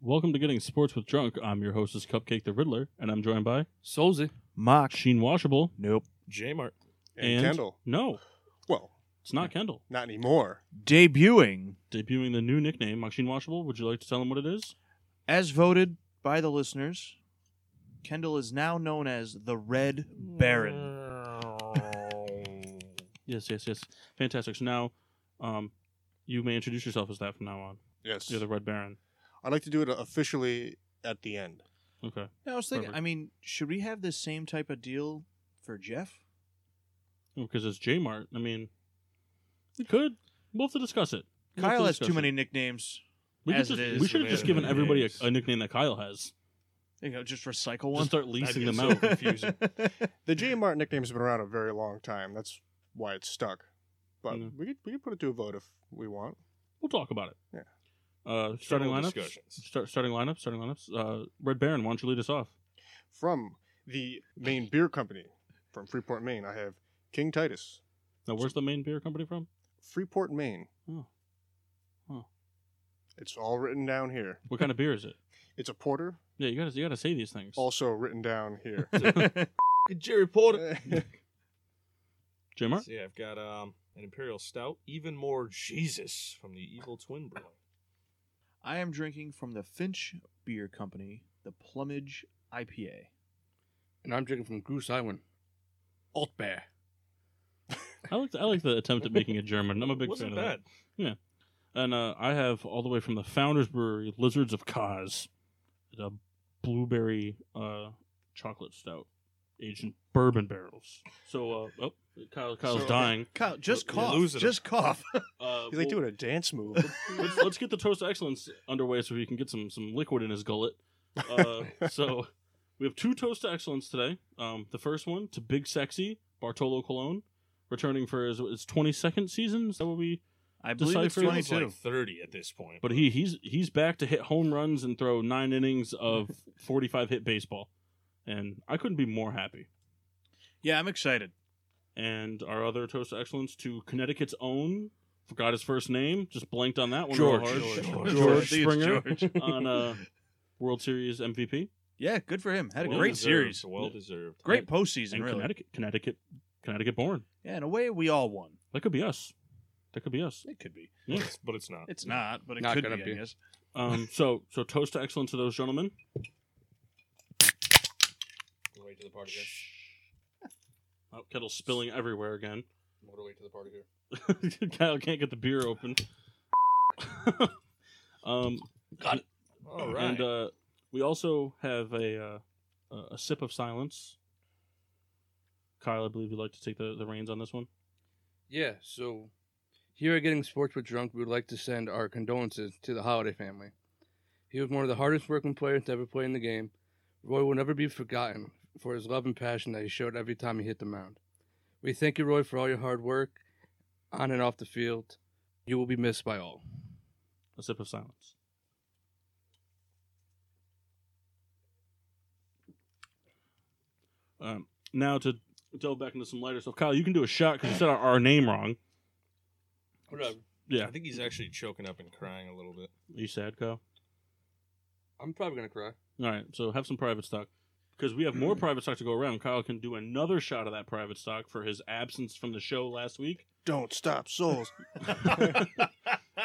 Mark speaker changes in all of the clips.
Speaker 1: welcome to Getting Sports with Drunk. I'm your hostess, Cupcake the Riddler, and I'm joined by
Speaker 2: Solzy.
Speaker 3: Mock.
Speaker 1: Sheen Washable.
Speaker 3: Nope.
Speaker 4: J Mart.
Speaker 1: And,
Speaker 4: And, Kendall.
Speaker 1: No,
Speaker 4: Well,
Speaker 1: it's not Kendall.
Speaker 4: not anymore.
Speaker 3: Debuting
Speaker 1: Debuting the new nickname, Machine Washable. Would you like to tell him what it is?
Speaker 3: as voted by the listeners, Kendall is now known as the Red Baron.
Speaker 1: Mm. Yes, yes, yes. Fantastic. So now, um, you may introduce yourself as that from now on.
Speaker 4: Yes.
Speaker 1: You're the Red Baron.
Speaker 4: I'd like to do it officially at the end.
Speaker 1: Okay.
Speaker 3: Now I was thinking.
Speaker 1: Perfect.
Speaker 3: I mean, should we have the same type of deal for Jeff?
Speaker 1: Because it's J Mart. I mean, we could. We'll have to discuss it. We'll have
Speaker 3: Kyle
Speaker 1: to
Speaker 3: has too
Speaker 1: discuss
Speaker 3: many
Speaker 1: it.
Speaker 3: nicknames.
Speaker 1: We, could
Speaker 3: as it
Speaker 1: just-
Speaker 3: is,
Speaker 1: we should have
Speaker 3: we
Speaker 1: just
Speaker 3: have
Speaker 1: given everybody a,
Speaker 2: names.
Speaker 1: a nickname that Kyle has.
Speaker 3: You know, just recycle
Speaker 1: Just
Speaker 3: one.
Speaker 1: start leasing
Speaker 2: That'd
Speaker 1: them
Speaker 2: be
Speaker 1: out.
Speaker 2: so confusing.
Speaker 4: The J Mart nickname's been around a very long time. That's why it's stuck. But
Speaker 1: Mm.
Speaker 4: we could we could put it to a vote if we want.
Speaker 1: We'll talk about it.
Speaker 4: Yeah.
Speaker 1: Uh, starting
Speaker 2: General
Speaker 1: lineups.
Speaker 2: discussions.
Speaker 1: Start, starting lineup. Starting lineups. Uh, Red Baron, why don't you lead us off?
Speaker 4: From the main beer company from Freeport, Maine, I have King Titus.
Speaker 1: Now, where's the main beer company from?
Speaker 4: Freeport, Maine.
Speaker 1: Oh. Oh.
Speaker 4: It's all written down here.
Speaker 1: What kind of beer is it?
Speaker 4: It's a porter,
Speaker 1: Yeah, you gotta you gotta say these things.
Speaker 4: also written down here.
Speaker 2: Jerry Porter.
Speaker 4: I
Speaker 1: J Mart.
Speaker 2: See, I've got um, an Imperial Stout, even more Jesus from the Evil Twin Brewing.
Speaker 3: I am drinking from the Finch Beer Company, the Plumage IPA.
Speaker 5: and I'm drinking from Goose Island. Alt Bear.
Speaker 1: I like the, I like the attempt at making it German. I'm a big
Speaker 2: Wasn't
Speaker 1: fan of that.
Speaker 2: bad.
Speaker 1: And uh, I have all the way from the Founders Brewery, Lizards of Cause, the blueberry uh, chocolate stout, aged in bourbon barrels. So, uh, oh, Kyle, Kyle's
Speaker 4: So-
Speaker 1: dying.
Speaker 3: Kyle, just
Speaker 1: You're
Speaker 3: cough.
Speaker 2: losing
Speaker 3: Just cough.
Speaker 1: Uh,
Speaker 4: He's like
Speaker 1: well,
Speaker 4: doing a dance move.
Speaker 1: let's, let's get the toast to excellence underway so he can get some some liquid in his gullet. Uh, so we have two toast to excellence today. Um, the first one to Big Sexy Bartolo Colon, returning for his his twenty second season. Is that what we?
Speaker 3: I believe it's
Speaker 1: Decipher.
Speaker 2: Feels
Speaker 3: 22.
Speaker 2: like 30 at this point.
Speaker 1: But he he's he's back to hit home runs and throw nine innings of forty five hit baseball, and I couldn't be more happy.
Speaker 3: Yeah, I'm excited.
Speaker 1: And our other toast to excellence to Connecticut's own. Forgot his first name. Just blanked on that one
Speaker 2: George.
Speaker 1: real hard.
Speaker 2: George.
Speaker 3: George.
Speaker 1: George
Speaker 3: It's
Speaker 1: Springer
Speaker 3: George.
Speaker 1: on uh, World Series MVP.
Speaker 3: Yeah, good for him. Had a
Speaker 2: Well
Speaker 3: great
Speaker 2: deserved,
Speaker 3: series.
Speaker 2: Well deserved.
Speaker 3: Great postseason,
Speaker 1: and
Speaker 3: really.
Speaker 1: Connecticut, Connecticut, Connecticut born.
Speaker 3: Yeah, in a way, we all won.
Speaker 1: That could be us. That could be us.
Speaker 3: It could be.
Speaker 2: But it's, but it's not.
Speaker 3: It's not, but it
Speaker 5: Not
Speaker 3: could
Speaker 5: gonna
Speaker 3: be, I
Speaker 5: be.
Speaker 3: guess.
Speaker 1: Um, so, so toast to excellence to those gentlemen.
Speaker 5: We're way to the party here.
Speaker 1: Oh, kettle spilling everywhere again.
Speaker 5: We're way to the party here.
Speaker 1: Kyle can't get the beer open. um,
Speaker 2: All right.
Speaker 1: And uh, we also have a uh, a sip of silence. Kyle, I believe you'd like to take the, the reins on this one.
Speaker 5: Yeah, so here at Getting Sports with Drunk, we would like to send our condolences to the Holiday family. He was one of the hardest working players to ever play in the game. Roy will never be forgotten for his love and passion that he showed every time he hit the mound. We thank you, Roy, for all your hard work on and off the field. You will be missed by all.
Speaker 1: A sip of silence. Um, now to delve back into some lighter stuff, Kyle, you can do a shot because you said our, our name wrong.
Speaker 5: Whatever.
Speaker 1: Yeah,
Speaker 2: I think he's actually choking up and crying a little bit.
Speaker 1: you sad, Kyle.
Speaker 5: I'm probably going to cry.
Speaker 1: All right, so have some private stock because we have more private stock to go around. Kyle can do another shot of that private stock for his absence from the show last week.
Speaker 4: Don't stop souls.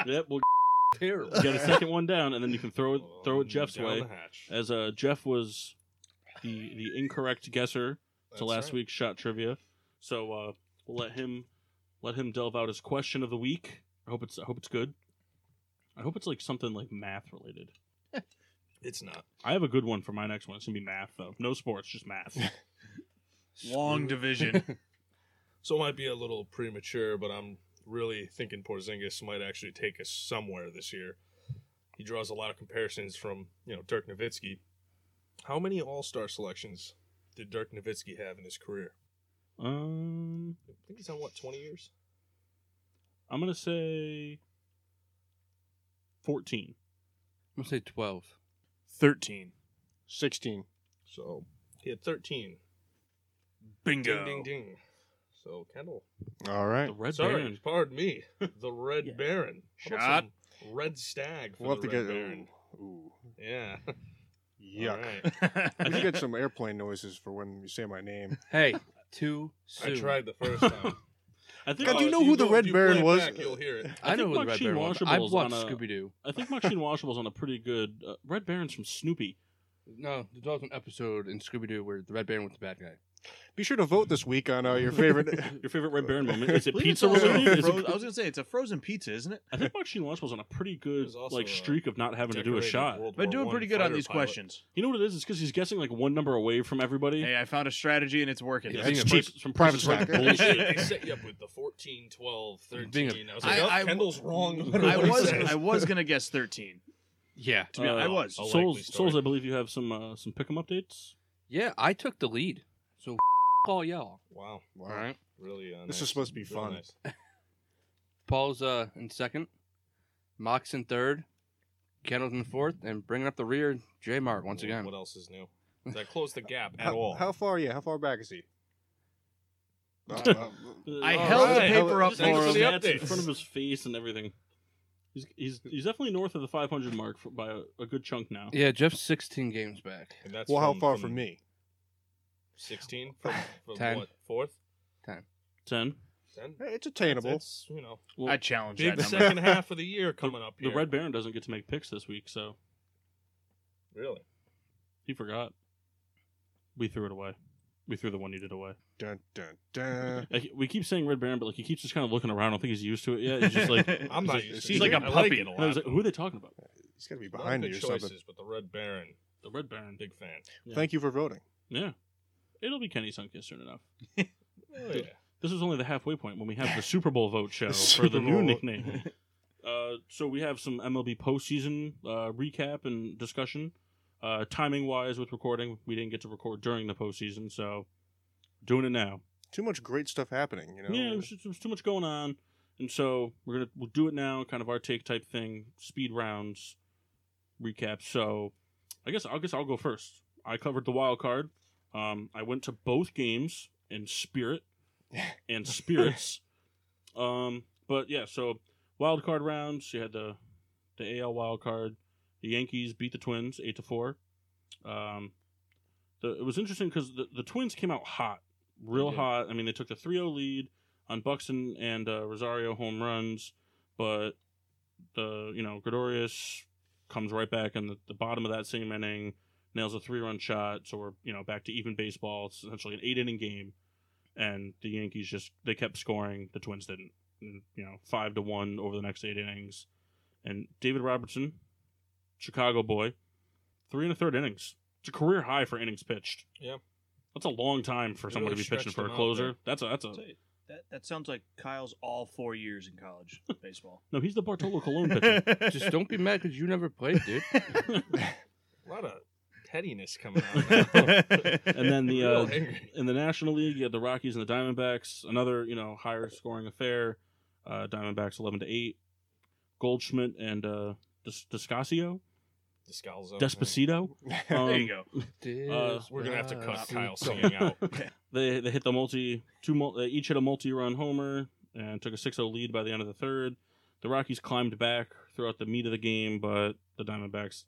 Speaker 1: Yep, we'll
Speaker 5: Terrible.
Speaker 1: get a second one down, and then you can throw it throw it
Speaker 2: Um,
Speaker 1: Jeff's
Speaker 2: down
Speaker 1: way.
Speaker 2: the hatch.
Speaker 1: as uh, Jeff was the the incorrect guesser
Speaker 2: That's
Speaker 1: to last
Speaker 2: right.
Speaker 1: week's shot trivia. So uh, we'll let him let him delve out his question of the week. I hope it's I hope it's good. I hope it's like something like math related.
Speaker 2: It's not.
Speaker 1: I have a good one for my next one. It's gonna be math though. No sports, just math.
Speaker 3: Long division.
Speaker 2: So it might be a little premature, but I'm really thinking Porzingis might actually take us somewhere this year. He draws a lot of comparisons from, you know, Dirk Nowitzki. How many All Star selections did Dirk Nowitzki have in his career?
Speaker 1: um,
Speaker 2: I think he's on what, 20 years?
Speaker 1: I'm gonna say fourteen.
Speaker 5: I'm going to say 12.
Speaker 3: 13.
Speaker 4: Sixteen.
Speaker 2: So he had 13.
Speaker 3: Bingo.
Speaker 2: Ding, ding, ding. So Kendall.
Speaker 4: All
Speaker 1: The
Speaker 4: right.
Speaker 1: Red
Speaker 2: Sorry,
Speaker 1: Baron.
Speaker 2: pardon me. The Red
Speaker 3: Yeah.
Speaker 2: Baron. How about
Speaker 3: Shot.
Speaker 2: some Red Stag. For
Speaker 4: We'll have
Speaker 2: the
Speaker 4: to
Speaker 2: Red
Speaker 4: get
Speaker 2: Baron.
Speaker 4: Ooh.
Speaker 2: Yeah.
Speaker 4: Yuck.
Speaker 2: All right.
Speaker 4: We should get some airplane noises for when you say my name.
Speaker 5: Hey, too soon.
Speaker 2: I tried the first time. Uh,
Speaker 1: I think
Speaker 4: God, do you
Speaker 2: if
Speaker 4: know who the
Speaker 2: go- if
Speaker 4: Red
Speaker 2: you play
Speaker 4: Baron
Speaker 2: it
Speaker 4: was?
Speaker 2: Back, you'll hear it.
Speaker 5: I,
Speaker 1: I
Speaker 5: know
Speaker 1: think
Speaker 5: who the Red
Speaker 1: Maxine
Speaker 5: Baron was.
Speaker 1: Washable
Speaker 5: I've
Speaker 1: is
Speaker 5: watched
Speaker 1: on a-
Speaker 5: Scooby Doo.
Speaker 1: I think Machine Washable's on a pretty good uh, Red Baron's from Snoopy.
Speaker 5: No, there was an episode in Scooby Doo where the Red Baron was the bad guy.
Speaker 4: Be sure to vote this week on uh, your favorite.
Speaker 1: Your favorite Red Baron moment is it
Speaker 3: Believe it's
Speaker 1: pizza
Speaker 3: also
Speaker 1: related? Is
Speaker 3: frozen-
Speaker 1: it,
Speaker 3: I was gonna say it's a frozen pizza, isn't it?
Speaker 1: I think Machine Washable's on a pretty good
Speaker 2: There's also
Speaker 1: like
Speaker 2: a
Speaker 1: streak of not having to do a
Speaker 2: Decorated
Speaker 1: shot.
Speaker 2: World
Speaker 3: Been
Speaker 2: War
Speaker 3: doing
Speaker 2: One
Speaker 3: pretty good on
Speaker 2: fighter
Speaker 3: these
Speaker 2: pilot.
Speaker 3: questions.
Speaker 1: You know what it is? It's because he's guessing like one number away from everybody.
Speaker 3: Hey, I found a strategy and it's working.
Speaker 1: Yeah,
Speaker 5: being
Speaker 1: it's
Speaker 5: a
Speaker 1: cheap.
Speaker 4: pri-
Speaker 1: Some
Speaker 4: private
Speaker 1: prices are
Speaker 4: stock.
Speaker 2: they
Speaker 1: bullshit.
Speaker 2: set you up with the 14, 12, 13.
Speaker 5: Being a-
Speaker 2: I was like,
Speaker 3: I-
Speaker 2: oh,
Speaker 3: I-
Speaker 2: Kendall's wrong. no matter
Speaker 3: I
Speaker 2: what he
Speaker 3: was
Speaker 2: says.
Speaker 3: I was gonna guess thirteen.
Speaker 5: Yeah.
Speaker 3: To be
Speaker 1: Uh,
Speaker 3: I was.
Speaker 2: A likely
Speaker 1: Souls,
Speaker 2: story.
Speaker 1: Souls, I believe you have some uh, some pick'em updates.
Speaker 5: Yeah, I took the lead. So call y'all.
Speaker 2: Wow.
Speaker 4: Wow.
Speaker 5: All right.
Speaker 2: Really uh,
Speaker 4: This
Speaker 2: nice.
Speaker 4: is supposed to be
Speaker 2: Real
Speaker 4: fun.
Speaker 2: nice.
Speaker 5: Paul's uh, in second, Mox in third, Kendall's in fourth, and bringing up the rear, J Mart once
Speaker 2: Well,
Speaker 5: again.
Speaker 2: What else is new? Did I close the gap at
Speaker 4: how,
Speaker 2: all?
Speaker 4: How far? Yeah, how far back is he? Uh, uh,
Speaker 3: I
Speaker 1: Uh,
Speaker 3: held
Speaker 2: right.
Speaker 3: the paper up for
Speaker 2: Thanks
Speaker 1: Thanks
Speaker 2: for
Speaker 1: for
Speaker 3: him.
Speaker 2: the
Speaker 1: in
Speaker 2: updates.
Speaker 1: front of his face and everything. He's he's, he's definitely north of the 500 mark for, by a, a good chunk now.
Speaker 5: Yeah, Jeff's 16 games back.
Speaker 2: And that's
Speaker 4: well, how far from,
Speaker 2: from
Speaker 4: me?
Speaker 2: 16? From, from
Speaker 5: Ten.
Speaker 2: what? Fourth?
Speaker 1: 10.
Speaker 2: Ten?
Speaker 4: Hey, it's attainable.
Speaker 2: That's, you know,
Speaker 1: Well,
Speaker 3: I challenge
Speaker 2: big
Speaker 3: that
Speaker 4: number.
Speaker 2: second half of the year coming up
Speaker 1: the
Speaker 2: here.
Speaker 1: Red Baron doesn't get to make picks this week, so
Speaker 2: Really?
Speaker 1: he forgot. We threw it away. We threw the one you did away.
Speaker 4: dun, dun, dun.
Speaker 1: Like, we keep saying Red Baron, but like he keeps just kind of looking around. I don't think he's used to it yet. He's just like, and
Speaker 2: I'm not
Speaker 4: He's
Speaker 2: used to
Speaker 4: like
Speaker 2: it.
Speaker 3: a
Speaker 2: I
Speaker 3: puppy.
Speaker 2: Like it a
Speaker 1: I
Speaker 2: lot.
Speaker 1: was like, who are they talking about?
Speaker 4: He's got to be
Speaker 2: A lot of
Speaker 4: behind you
Speaker 2: good
Speaker 4: or something.
Speaker 2: choices, but the Red Baron,
Speaker 1: The Red Baron.
Speaker 2: big fan.
Speaker 1: Yeah.
Speaker 4: Thank you for voting.
Speaker 1: Yeah, it'll be Kenny Sunkiss soon enough.
Speaker 2: Oh, yeah.
Speaker 1: This is only the halfway point when we have the Super Bowl vote show
Speaker 4: The
Speaker 1: for the
Speaker 4: Super
Speaker 1: new
Speaker 4: Bowl.
Speaker 1: nickname. Uh, so we have some MLB postseason uh, recap and discussion. Uh, timing wise, with recording, we didn't get to record during the postseason, so doing it now.
Speaker 4: Too much great stuff happening, you know.
Speaker 1: Yeah, there's, just- there's too much going on, and so we're gonna we'll do it now, kind of our take type thing, speed rounds, recap. So, I guess I guess I'll go first. I covered the wild card. Um, I went to both games in spirit and spirits. um, but yeah, so wild card rounds. You had the the AL wild card. The Yankees beat the Twins eight to four. Um, the, it was interesting because the, the Twins came out hot, real
Speaker 5: Yeah.
Speaker 1: hot. I mean, they took the 3-0 lead on Buxton and uh, Rosario home runs, but the you know Gregorius comes right back in the, the bottom of that same inning, nails a three-run shot, so we're you know back to even baseball. It's essentially an eight-inning game, and the Yankees just they kept scoring. The Twins didn't. And, you know, five to one over the next eight innings, and David Robertson, Chicago boy, three and a third innings. It's a career high for innings pitched.
Speaker 2: Yeah.
Speaker 1: that's a long time for
Speaker 2: They
Speaker 1: someone
Speaker 2: really
Speaker 1: to be pitching
Speaker 2: stretched
Speaker 1: for a
Speaker 2: him out
Speaker 1: closer.
Speaker 2: there.
Speaker 1: That's a that's a
Speaker 3: That, that sounds like Kyle's all four years in college baseball.
Speaker 1: no. He's the Bartolo Colon pitcher.
Speaker 5: Just don't be mad because you never played, dude.
Speaker 2: A lot of pettiness coming out.
Speaker 1: and then the
Speaker 2: Real
Speaker 1: uh,
Speaker 2: angry.
Speaker 1: in the National League, you had the Rockies and the Diamondbacks. Another you know higher scoring affair. Uh, Diamondbacks eleven to eight. Goldschmidt and uh, Dis- Discasio,
Speaker 2: Descalzo.
Speaker 1: Despacito. Um,
Speaker 3: there you go.
Speaker 2: Uh, we're gonna have to cut
Speaker 5: Despacito.
Speaker 2: Kyle singing out.
Speaker 1: They they hit the multi two mul- they each hit a multi run homer and took a 6-0 lead by the end of the third. The Rockies climbed back throughout the meat of the game, but the Diamondbacks,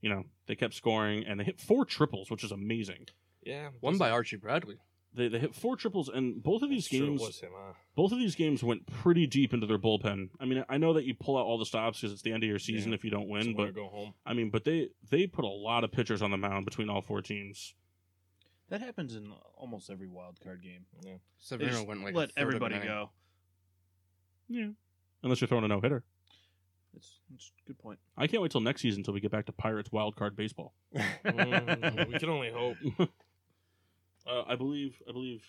Speaker 1: you know, they kept scoring and they hit four triples, which is amazing.
Speaker 2: Yeah,
Speaker 5: One by Archie Bradley.
Speaker 1: They, they hit four triples and both of these
Speaker 2: Sure
Speaker 1: games
Speaker 2: was him, huh?
Speaker 1: both of these games went pretty deep into their bullpen. I mean, I know that you pull out all the stops because it's the end of your season
Speaker 2: Yeah.
Speaker 1: if you don't win,
Speaker 2: Someone
Speaker 1: but
Speaker 2: to go home.
Speaker 1: I mean, but they they put a lot of pitchers on the mound between all four teams.
Speaker 3: That happens in almost every wild card game.
Speaker 2: Yeah.
Speaker 3: They
Speaker 5: Severino
Speaker 3: just
Speaker 5: went like a
Speaker 3: let
Speaker 5: third of
Speaker 3: everybody
Speaker 5: an inning.
Speaker 3: go.
Speaker 1: Yeah. Unless you're throwing a no hitter.
Speaker 3: That's, that's a good point.
Speaker 1: I can't wait till next season until we get back to Pirates wild card baseball.
Speaker 2: Mm, we can only hope.
Speaker 1: uh, I believe I believe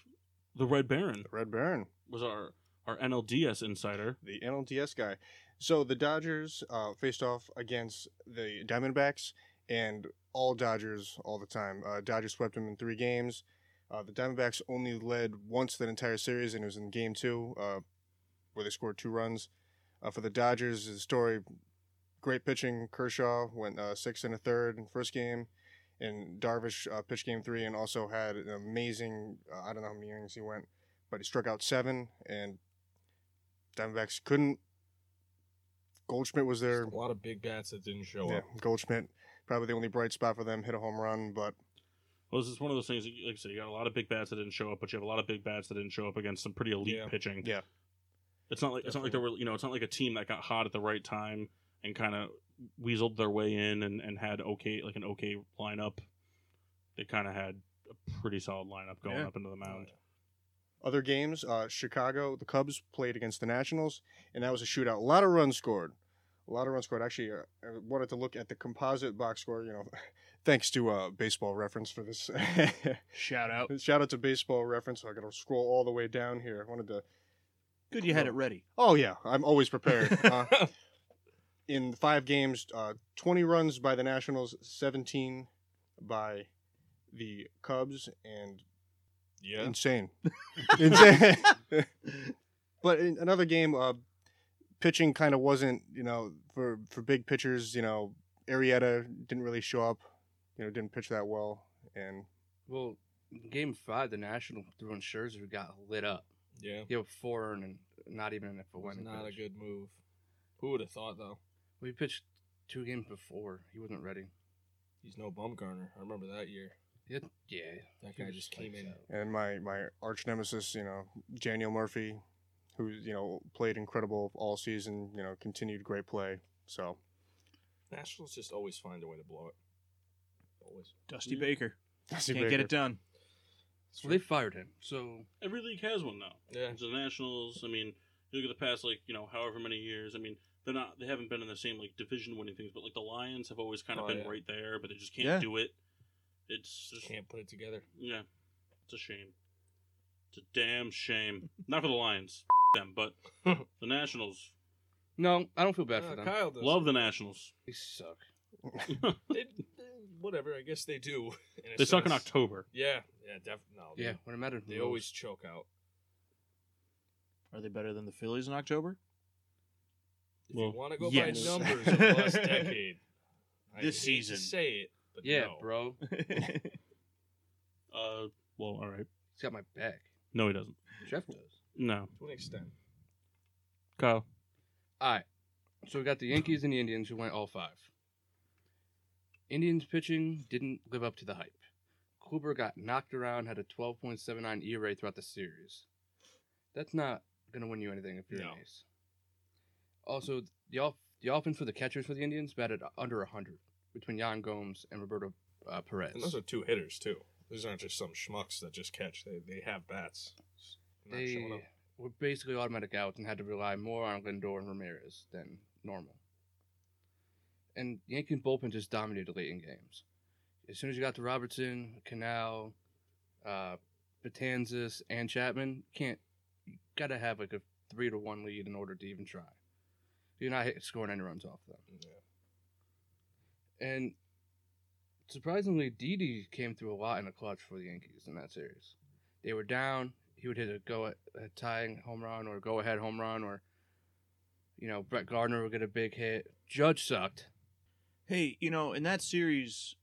Speaker 1: the Red Baron
Speaker 4: the Red Baron,
Speaker 1: was our our NLDS insider.
Speaker 4: the NLDS guy. So the Dodgers uh, faced off against the Diamondbacks, and all Dodgers all the time. Uh, Dodgers swept them in three games. Uh, the Diamondbacks only led once that entire series, and it was in Game Two, uh, where they scored two runs. Uh, for the Dodgers, the story: great pitching. Kershaw went uh, six and a third in first game, and Darvish uh, pitched Game Three, and also had an amazing. Uh, I don't know how many innings he went, but he struck out seven, and Diamondbacks couldn't Goldschmidt was there.
Speaker 2: A lot of big bats that didn't show
Speaker 4: Yeah,
Speaker 2: up.
Speaker 4: Goldschmidt, probably the only bright spot for them, hit a home run, but
Speaker 1: Well, this is one of those things. That, like I said, you got a lot of big bats that didn't show up, but you have a lot of big bats that didn't show up against some pretty elite
Speaker 2: Yeah.
Speaker 1: pitching.
Speaker 4: Yeah.
Speaker 1: it's not like it's not like there were you know it's not like a team that got hot at the right time and kind of weaseled their way in and, and had okay like an okay lineup. They kind of had a pretty solid lineup going
Speaker 3: Yeah.
Speaker 1: up into the mound.
Speaker 4: other games, uh, Chicago, the Cubs played against the Nationals, and that was a shootout. A lot of runs scored. A lot of runs scored. Actually, uh, I wanted to look at the composite box score, you know, thanks to uh, baseball reference for this.
Speaker 3: Shout out.
Speaker 4: Shout out to baseball reference. I got to scroll all the way down here. I wanted to.
Speaker 3: Good, you had it ready.
Speaker 4: Oh, yeah, I'm always prepared. uh, in five games, uh, 20 runs by the Nationals, 17 by the Cubs, and
Speaker 2: yeah.
Speaker 4: insane. insane. but in another game, uh, pitching kind of wasn't, you know, for for big pitchers, you know, Arietta didn't really show up, you know, didn't pitch that well, and
Speaker 5: Well, in game five, the National threw in Scherzer got lit up.
Speaker 2: Yeah.
Speaker 5: He had four and not even enough for
Speaker 2: Was
Speaker 5: winning.
Speaker 2: not a
Speaker 5: finish.
Speaker 2: good move. Who would have thought though?
Speaker 5: We pitched two games before. He wasn't ready.
Speaker 2: He's no Bumgarner. I remember that year.
Speaker 5: He had- yeah.
Speaker 2: That
Speaker 5: he
Speaker 2: guy
Speaker 5: was
Speaker 2: just came
Speaker 5: lights
Speaker 2: in.
Speaker 5: out.
Speaker 4: and my my arch nemesis, you know, Daniel Murphy, who you know played incredible all season, you know, continued great play. So
Speaker 2: Nationals just always find a way to blow it. Always.
Speaker 3: Dusty
Speaker 1: Yeah.
Speaker 3: Baker.
Speaker 4: Dusty
Speaker 3: Can't get
Speaker 4: Baker.
Speaker 3: it done.
Speaker 5: So they fired him. So
Speaker 1: Every league has one now.
Speaker 2: Yeah.
Speaker 1: So the Nationals, I mean, you look at the past like you know however many years. I mean, they're not they haven't been in the same like division winning things, but like the Lions have always kind of
Speaker 2: Oh,
Speaker 1: been
Speaker 2: yeah.
Speaker 1: right there, but they just can't
Speaker 3: Yeah.
Speaker 1: do it. It's just
Speaker 2: Can't put it together.
Speaker 1: Yeah, it's a shame. It's a damn shame. Not for the Lions, F- them, but the Nationals.
Speaker 5: no, I don't feel bad for
Speaker 2: Uh,
Speaker 5: them.
Speaker 2: Kyle does.
Speaker 1: Love the Nationals.
Speaker 5: They suck.
Speaker 2: They- they- whatever. I guess they do. a
Speaker 1: They suck in
Speaker 2: sense.
Speaker 1: October.
Speaker 2: Yeah. Yeah. Definitely. No. they-
Speaker 5: Yeah, when it mattered,
Speaker 2: They always choke out.
Speaker 3: Are they better than the Phillies in October?
Speaker 2: If
Speaker 1: Well,
Speaker 2: you want to go
Speaker 3: yes.
Speaker 2: by numbers of the last decade, I
Speaker 3: This
Speaker 2: hate to
Speaker 3: season.
Speaker 2: say it, but
Speaker 5: Yeah,
Speaker 2: no.
Speaker 5: bro.
Speaker 1: Uh, well, all right.
Speaker 5: He's got my back.
Speaker 1: No, he doesn't.
Speaker 5: Jeff does.
Speaker 1: No,
Speaker 2: To an extent.
Speaker 1: Kyle.
Speaker 5: All right. So we got the Yankees and the Indians who went all five. Indians pitching didn't live up to the hype. Kluber got knocked around, had a 12.79 ERA E throughout the series. That's not going to win you anything if you're
Speaker 2: No.
Speaker 5: an ace. Also, the, off- the offense for the catchers for the Indians batted under 100 between Jan Gomes and Roberto uh, Perez.
Speaker 2: And those are two hitters too. These aren't just some schmucks that just catch. They they have bats. Just not
Speaker 5: they
Speaker 2: showing up.
Speaker 5: were basically automatic outs and had to rely more on Lindor and Ramirez than normal. And the Yankee bullpen just dominated late in games. As soon as you got to Robertson, Canal, uh, Batanzas, and Chapman, you can't you gotta have like a three to one lead in order to even try. You're not hit- scoring any runs off them.
Speaker 2: Yeah.
Speaker 5: And surprisingly, Didi came through a lot in the clutch for the Yankees in that series. They were down. He would hit a go at a tying home run or go ahead home run or, you know, Brett Gardner would get a big hit. Judge sucked.
Speaker 3: hey, you know, in that series,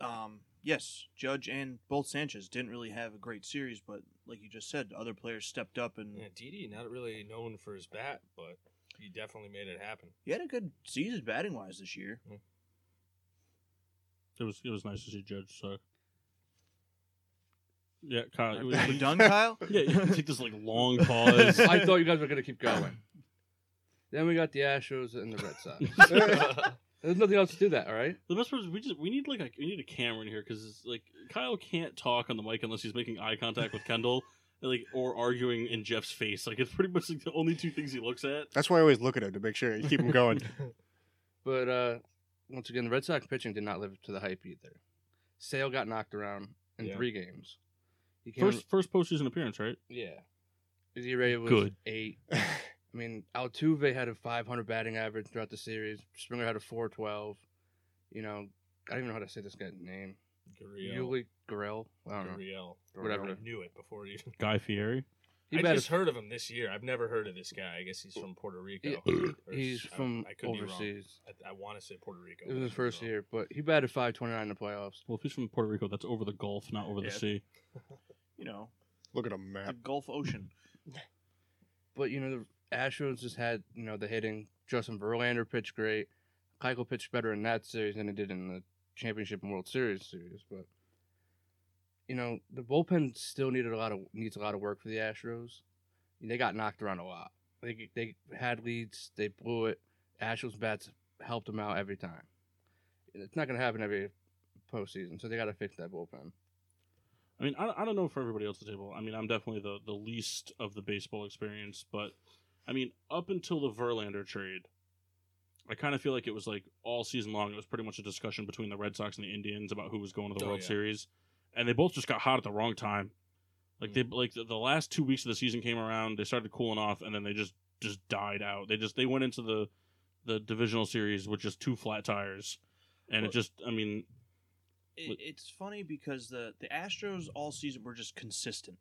Speaker 3: um, yes, Judge and both Sanchez didn't really have a great series, but like you just said, other players stepped up and
Speaker 2: Yeah, Didi not really known for his bat, but he definitely made it happen.
Speaker 3: he had a good season batting wise this year.
Speaker 1: It was it was nice to see Judge. So. Yeah, Kyle.
Speaker 3: Are
Speaker 1: it
Speaker 3: we
Speaker 1: was-
Speaker 3: done, Kyle?
Speaker 1: yeah, you can take this like long pause.
Speaker 5: I thought you guys were gonna keep going. Then we got the Astros and the Red Sox. There's nothing else to do that, all right?
Speaker 1: The best part is we just we need like a, we need a camera in here because like Kyle can't talk on the mic unless he's making eye contact with Kendall, and, like or arguing in Jeff's face. Like it's pretty much like the only two things he looks at.
Speaker 4: That's why I always look at him to make sure you keep him going.
Speaker 5: But uh, once again, the Red Sox pitching did not live to the hype either. Sale got knocked around in
Speaker 2: Yeah.
Speaker 5: three games. He came
Speaker 1: First first postseason appearance, right?
Speaker 5: Yeah. His ERA was
Speaker 1: Good.
Speaker 5: eight. I mean, Altuve had a 500 batting average throughout the series. Springer had a 412. You know, I don't even know how to say this guy's name.
Speaker 2: Gurriel.
Speaker 5: Yuli Gurriel. I don't know.
Speaker 2: Gurriel.
Speaker 5: Whatever.
Speaker 2: I knew it before he even.
Speaker 1: Guy Fieri.
Speaker 5: He
Speaker 2: I
Speaker 5: batted-
Speaker 2: just heard of him this year. I've never heard of this guy. I guess he's from Puerto Rico.
Speaker 5: he-
Speaker 2: Or
Speaker 5: he's
Speaker 2: s- I-
Speaker 5: from
Speaker 2: I could be wrong.
Speaker 5: overseas.
Speaker 2: I, I want to say Puerto Rico.
Speaker 5: It was
Speaker 2: but I
Speaker 5: his
Speaker 2: could be
Speaker 5: first
Speaker 2: wrong.
Speaker 5: year, but he batted 529 in the playoffs.
Speaker 1: Well, if he's from Puerto Rico, that's over the Gulf, not over the
Speaker 2: Yeah.
Speaker 1: sea.
Speaker 3: You know,
Speaker 4: look at him,
Speaker 3: the
Speaker 4: map.
Speaker 3: Gulf Ocean.
Speaker 5: But, you know, the Astros just had, you know, the hitting Justin Verlander pitched great. Keiko pitched better in that series than he did in the championship and World Series series, but you know the bullpen still needed a lot of needs a lot of work for the Astros. They got knocked around a lot. They they had leads, they blew it. Astros bats helped them out every time. It's not going to happen every postseason, so they got to fix that bullpen.
Speaker 1: I mean, I, I don't know for everybody else at the table. I mean, I'm definitely the, the least of the baseball experience, but I mean, up until the Verlander trade, I kind of feel like it was like all season long. It was pretty much a discussion between the Red Sox and the Indians about who was going to the
Speaker 2: Oh,
Speaker 1: World
Speaker 2: yeah.
Speaker 1: Series, and they both just got hot at the wrong time. Like
Speaker 2: Mm.
Speaker 1: they like the, the last two weeks of the season came around, they started cooling off, and then they just just died out. They just they went into the the divisional series with just two flat tires, and
Speaker 3: Well-
Speaker 1: it just I mean
Speaker 3: it, it's funny because the the Astros all season were just consistent.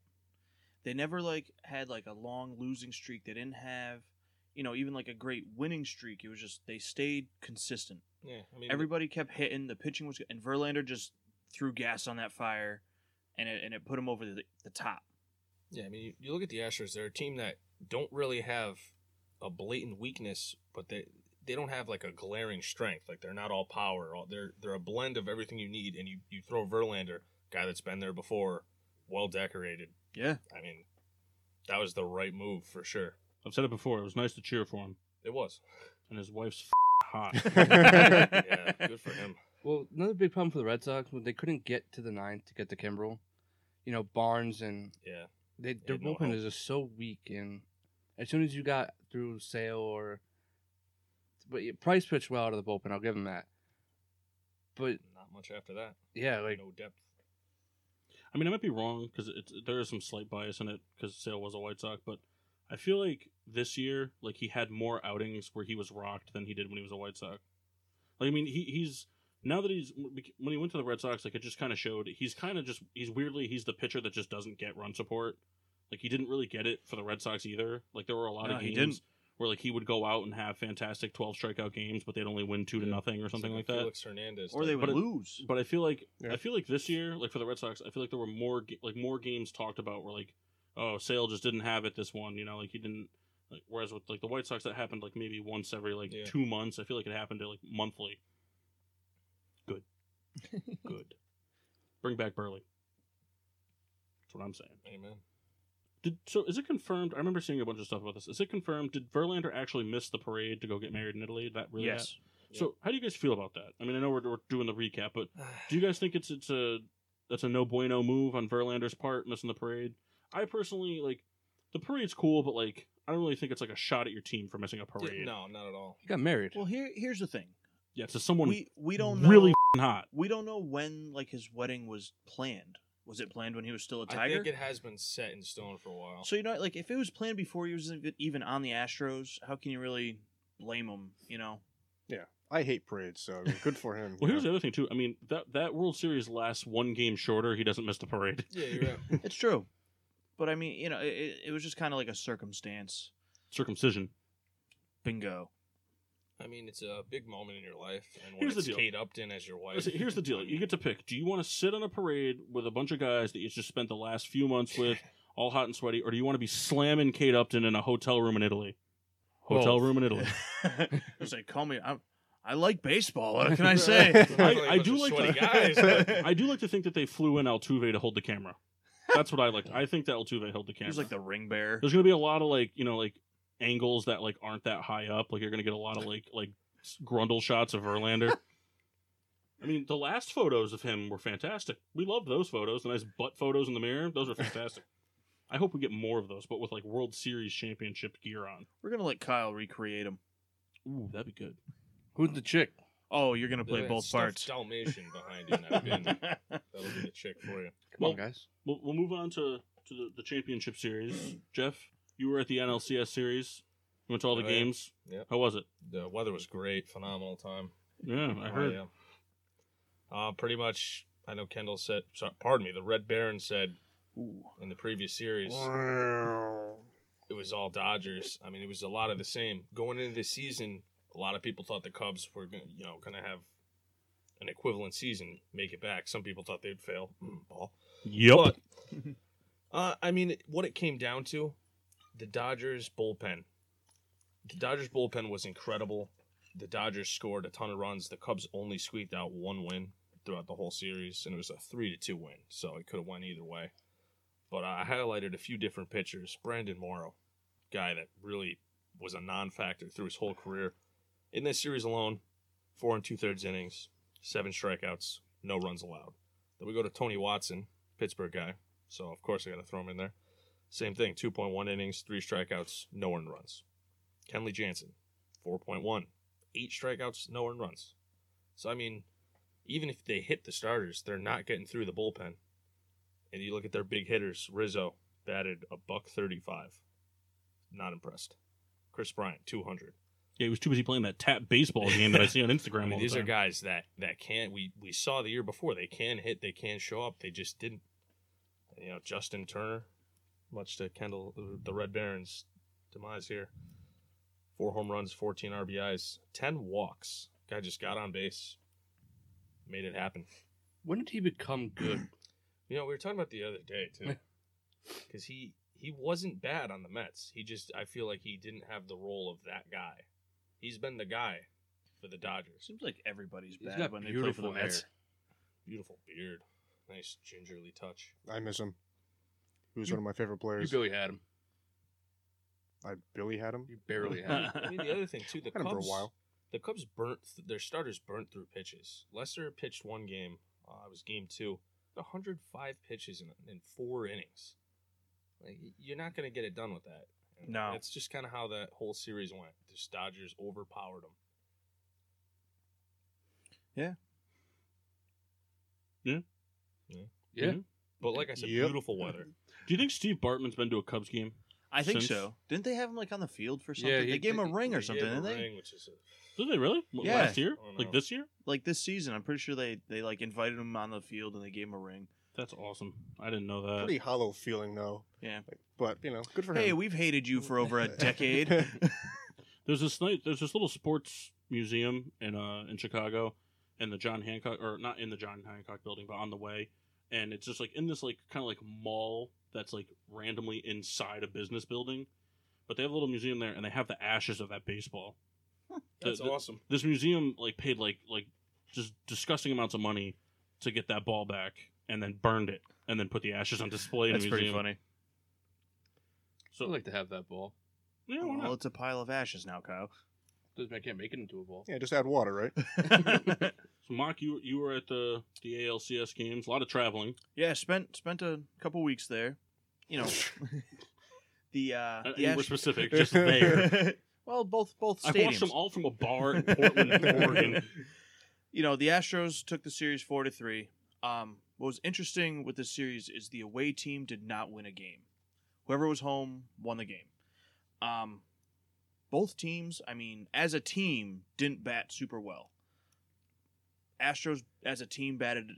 Speaker 3: They never like had like a long losing streak. They didn't have, you know, even like a great winning streak. It was just they stayed consistent.
Speaker 2: Yeah, I mean,
Speaker 3: Everybody kept hitting. The pitching was good, and Verlander just threw gas on that fire, and it and it put him over the, the top.
Speaker 2: Yeah, I mean, you, you look at the Astros; they're a team that don't really have a blatant weakness, but they they don't have like a glaring strength. Like they're not all power. All, they're they're a blend of everything you need, and you you throw Verlander, guy that's been there before, well decorated.
Speaker 3: Yeah.
Speaker 2: I mean, that was the right move for sure.
Speaker 1: I've said it before. It was nice to cheer for him,
Speaker 2: It was.
Speaker 1: and his wife's hot.
Speaker 2: Yeah, good for him.
Speaker 5: Well, another big problem for the Red Sox was they couldn't get to the ninth to get to Kimbrel. You know, Barnes and
Speaker 2: Yeah,
Speaker 5: they, their
Speaker 2: had no
Speaker 5: bullpen
Speaker 2: help.
Speaker 5: is just so weak. And as soon as you got through Sale or, but yeah, Price pitched well out of the bullpen. I'll give him that. But
Speaker 2: not much after that.
Speaker 5: yeah, like
Speaker 2: no depth.
Speaker 1: I mean, I might be wrong because there is some slight bias in it because Sale was a White Sox, but I feel like this year, like he had more outings where he was rocked than he did when he was a White Sox. Like, I mean, he, he's now that he's when he went to the Red Sox, like it just kind of showed. He's kind of just he's weirdly he's the pitcher that just doesn't get run support. Like he didn't really get it for the Red Sox either. Like there were a lot
Speaker 3: No,
Speaker 1: of
Speaker 3: he
Speaker 1: games
Speaker 3: didn't.
Speaker 1: where like he would go out and have fantastic twelve strikeout games, but they'd only win two to
Speaker 2: Yeah.
Speaker 1: nothing or something like that
Speaker 2: Felix Hernandez.
Speaker 3: Or they
Speaker 2: type.
Speaker 3: would
Speaker 1: But it-
Speaker 3: lose.
Speaker 1: but I feel like
Speaker 4: Yeah.
Speaker 1: I feel like this year, like for the Red Sox, I feel like there were more ga- like more games talked about where like, oh, Sale just didn't have it this one, you know, like he didn't. Like, whereas with like the White Sox, that happened like maybe once every like
Speaker 2: Yeah.
Speaker 1: two months. I feel like it happened to like monthly. Good, good. Bring back Burley. That's what I'm saying.
Speaker 2: Amen.
Speaker 1: Did so? Is it confirmed? I remember seeing a bunch of stuff about this. Is it confirmed? Did Verlander actually miss the parade to go get married in Italy? That really?
Speaker 3: yes.
Speaker 1: hap- So how do you guys feel about that? I mean, I know we're, we're doing the recap, but do you guys think it's it's a that's a no bueno move on Verlander's part missing the parade? I personally like the parade's cool, but like I don't really think it's like a shot at your team for missing a parade.
Speaker 2: No, not at all.
Speaker 5: he got married.
Speaker 3: Well, here here's the thing.
Speaker 1: Yeah, to someone
Speaker 3: We we don't know,
Speaker 1: really f***ing hot.
Speaker 3: we don't know when like his wedding was planned. Was it planned when he was still a
Speaker 2: I
Speaker 3: Tiger?
Speaker 2: think it has been set in stone for a while.
Speaker 3: So you know, like if it was planned before he was even on the Astros, how can you really blame him? You know,
Speaker 4: I hate parades, so I mean, good for him.
Speaker 1: Well,
Speaker 4: you
Speaker 1: here's
Speaker 4: know.
Speaker 1: the other thing too. I mean that that World Series lasts one game shorter. He doesn't miss the parade.
Speaker 2: yeah, you're right.
Speaker 1: Hmm.
Speaker 3: it's true. But I mean, you know, it- it, it was just kind of like a circumstance.
Speaker 1: Circumcision.
Speaker 3: Bingo.
Speaker 2: I mean, it's a big moment in your life, and when
Speaker 1: Here's the
Speaker 2: it's
Speaker 1: deal.
Speaker 2: Kate Upton as your wife.
Speaker 1: Listen, here's the deal. You get to pick. Do you want to sit on a parade with a bunch of guys that you just spent the last few months with, all hot and sweaty, or do you want to be slamming Kate Upton in a hotel room in Italy? Hotel
Speaker 5: Both.
Speaker 1: room in Italy.
Speaker 3: it's like call me. I'm, I like baseball. What can I say?
Speaker 1: I- I do like
Speaker 2: sweaty
Speaker 1: the-
Speaker 2: guys.
Speaker 1: I do like to think that they flew in Altuve to hold the camera. That's what I like. I think that Altuve held the
Speaker 3: He
Speaker 1: camera.
Speaker 3: was like the ring bearer.
Speaker 1: There's gonna be a lot of like you know like angles that like aren't that high up. Like you're gonna get a lot of like like grundle shots of Verlander. I mean, the last photos of him were fantastic. We loved those photos. The nice butt photos in the mirror. Those were fantastic. I hope we get more of those, but with like World Series championship gear on.
Speaker 3: We're gonna let Kyle recreate him.
Speaker 1: Ooh, that'd be good.
Speaker 5: Who's the chick?
Speaker 3: Oh, you're gonna play
Speaker 2: That
Speaker 3: both
Speaker 2: stuffed
Speaker 3: parts.
Speaker 2: Dalmatian behind you. Now, Ben. That'll be the chick for you.
Speaker 5: Come
Speaker 1: Well-
Speaker 5: on, guys.
Speaker 1: We'll, we'll move on to to the, the championship series. Jeff, you were at the NLCS series. You went to all the
Speaker 2: Oh, yeah.
Speaker 1: games.
Speaker 2: Yep.
Speaker 1: How was it?
Speaker 2: The weather was great, phenomenal time.
Speaker 1: Yeah, I heard.
Speaker 2: Oh, Yeah. Uh, pretty much, I know Kendall said. Sorry, pardon me. The Red Baron said
Speaker 3: Ooh.
Speaker 2: in the previous series. it was all Dodgers. I mean, it was a lot of the same going into the season. A lot of people thought the Cubs were, gonna, you know, going to have an equivalent season, make it back. Some people thought they'd fail. Mm, Ball.
Speaker 1: Yep.
Speaker 2: But, uh, I mean, what it came down to, the Dodgers bullpen. The Dodgers bullpen was incredible. The Dodgers scored a ton of runs. The Cubs only squeaked out one win throughout the whole series, and it was a three to two win, so it could have went either way. But I highlighted a few different pitchers. Brandon Morrow, guy that really was a non-factor through his whole career. In this series alone, four and two-thirds innings, seven strikeouts, no runs allowed. Then we go to Tony Watson, Pittsburgh guy. So of course I got to throw him in there. Same thing, 2.1 innings, three strikeouts, no earned runs. Kenley Jansen, 4.1, eight strikeouts, no earned runs. So I mean, even if they hit the starters, they're not getting through the bullpen. And you look at their big hitters, Rizzo batted a buck 35. Not impressed. Chris Bryant, 200.
Speaker 1: Yeah, he was too busy playing that tap baseball game that I see on Instagram.
Speaker 2: I mean,
Speaker 1: all the
Speaker 2: these are
Speaker 1: time.
Speaker 2: guys that that can we we saw the year before they can hit, they can show up, they just didn't. You know, Justin Turner, much to Kendall the Red Baron's demise here. Four home runs, fourteen RBIs, ten walks. Guy just got on base, made it happen.
Speaker 5: When did he become good?
Speaker 2: You know, we were talking about the other day too, because he he wasn't bad on the Mets. He just I feel like he didn't have the role of that guy. He's been the guy for the Dodgers.
Speaker 3: Seems like everybody's
Speaker 5: He's
Speaker 3: bad
Speaker 5: got
Speaker 3: when they play for the
Speaker 5: beautiful hair.
Speaker 3: Mets.
Speaker 2: Beautiful beard. Nice gingerly touch.
Speaker 4: I miss him. He was
Speaker 5: You-
Speaker 4: one of my favorite
Speaker 5: You
Speaker 4: players.
Speaker 5: barely had him.
Speaker 4: I Billy had him.
Speaker 5: You barely had him.
Speaker 2: I mean, the other thing too, the
Speaker 4: Had him
Speaker 2: Cubs.
Speaker 4: for a while.
Speaker 2: The Cubs burnt their starters burnt through pitches. Lester pitched one game. Uh, it was game two. 105 pitches in, in four innings. Like y- you're not going to get it done with that. And
Speaker 3: No.
Speaker 2: that's just kind of how that whole series went. The Dodgers overpowered them.
Speaker 5: Yeah.
Speaker 2: But like I said,
Speaker 4: Yep.
Speaker 2: beautiful weather.
Speaker 1: Do you think Steve Bartman's been to a Cubs game?
Speaker 3: I think
Speaker 1: Since-
Speaker 3: so. Didn't they have him like on the field for
Speaker 5: Yeah,
Speaker 3: something?
Speaker 5: he-
Speaker 3: they gave him a
Speaker 5: he-
Speaker 3: ring
Speaker 2: They
Speaker 3: or
Speaker 2: gave
Speaker 3: something,
Speaker 2: him
Speaker 3: didn't
Speaker 2: a
Speaker 3: they?
Speaker 2: ring, which is a-
Speaker 1: Did they really? What,
Speaker 3: Yeah.
Speaker 1: Last year?
Speaker 2: Oh, no.
Speaker 1: Like this year?
Speaker 3: Like this season, I'm pretty sure they they like invited him on the field and they gave him a ring.
Speaker 1: That's awesome. I didn't know that.
Speaker 4: Pretty hollow feeling though.
Speaker 3: Yeah.
Speaker 4: Like, but you know, good for
Speaker 3: Hey,
Speaker 4: him.
Speaker 3: we've hated you for over a decade.
Speaker 1: There's this night. There's this little sports museum in uh in Chicago, in the John Hancock or not in the John Hancock building, but on the way, and it's just like in this like kind of like mall that's like randomly inside a business building, but they have a little museum there, and they have the ashes of that baseball.
Speaker 2: That's
Speaker 1: The- the-
Speaker 2: awesome.
Speaker 1: This museum like paid like like just disgusting amounts of money to get that ball back, and then burned it, and then put the ashes on display in a
Speaker 3: That's
Speaker 1: museum.
Speaker 3: pretty funny.
Speaker 1: So
Speaker 5: I'd like to have that ball.
Speaker 1: yeah, why
Speaker 3: Well,
Speaker 1: not?
Speaker 3: it's a pile of ashes now, Kyle.
Speaker 5: Doesn't I can't make it into a ball.
Speaker 4: yeah, just add water, right?
Speaker 1: So, Mark, you you were at the the ALCS games. A lot of traveling.
Speaker 3: yeah, spent spent a couple weeks there. You know, the uh,
Speaker 1: Uh,
Speaker 3: the
Speaker 1: we're
Speaker 3: Astros-
Speaker 1: specific, just there.
Speaker 3: well, both both
Speaker 1: I've
Speaker 3: stadiums.
Speaker 1: watched them all from a bar in Portland, Oregon.
Speaker 3: you know, the Astros took the series four to three. Um, what was interesting with this series is the away team did not win a game. Whoever was home won the game. Um, both teams, I mean, as a team, didn't bat super well. Astros as a team batted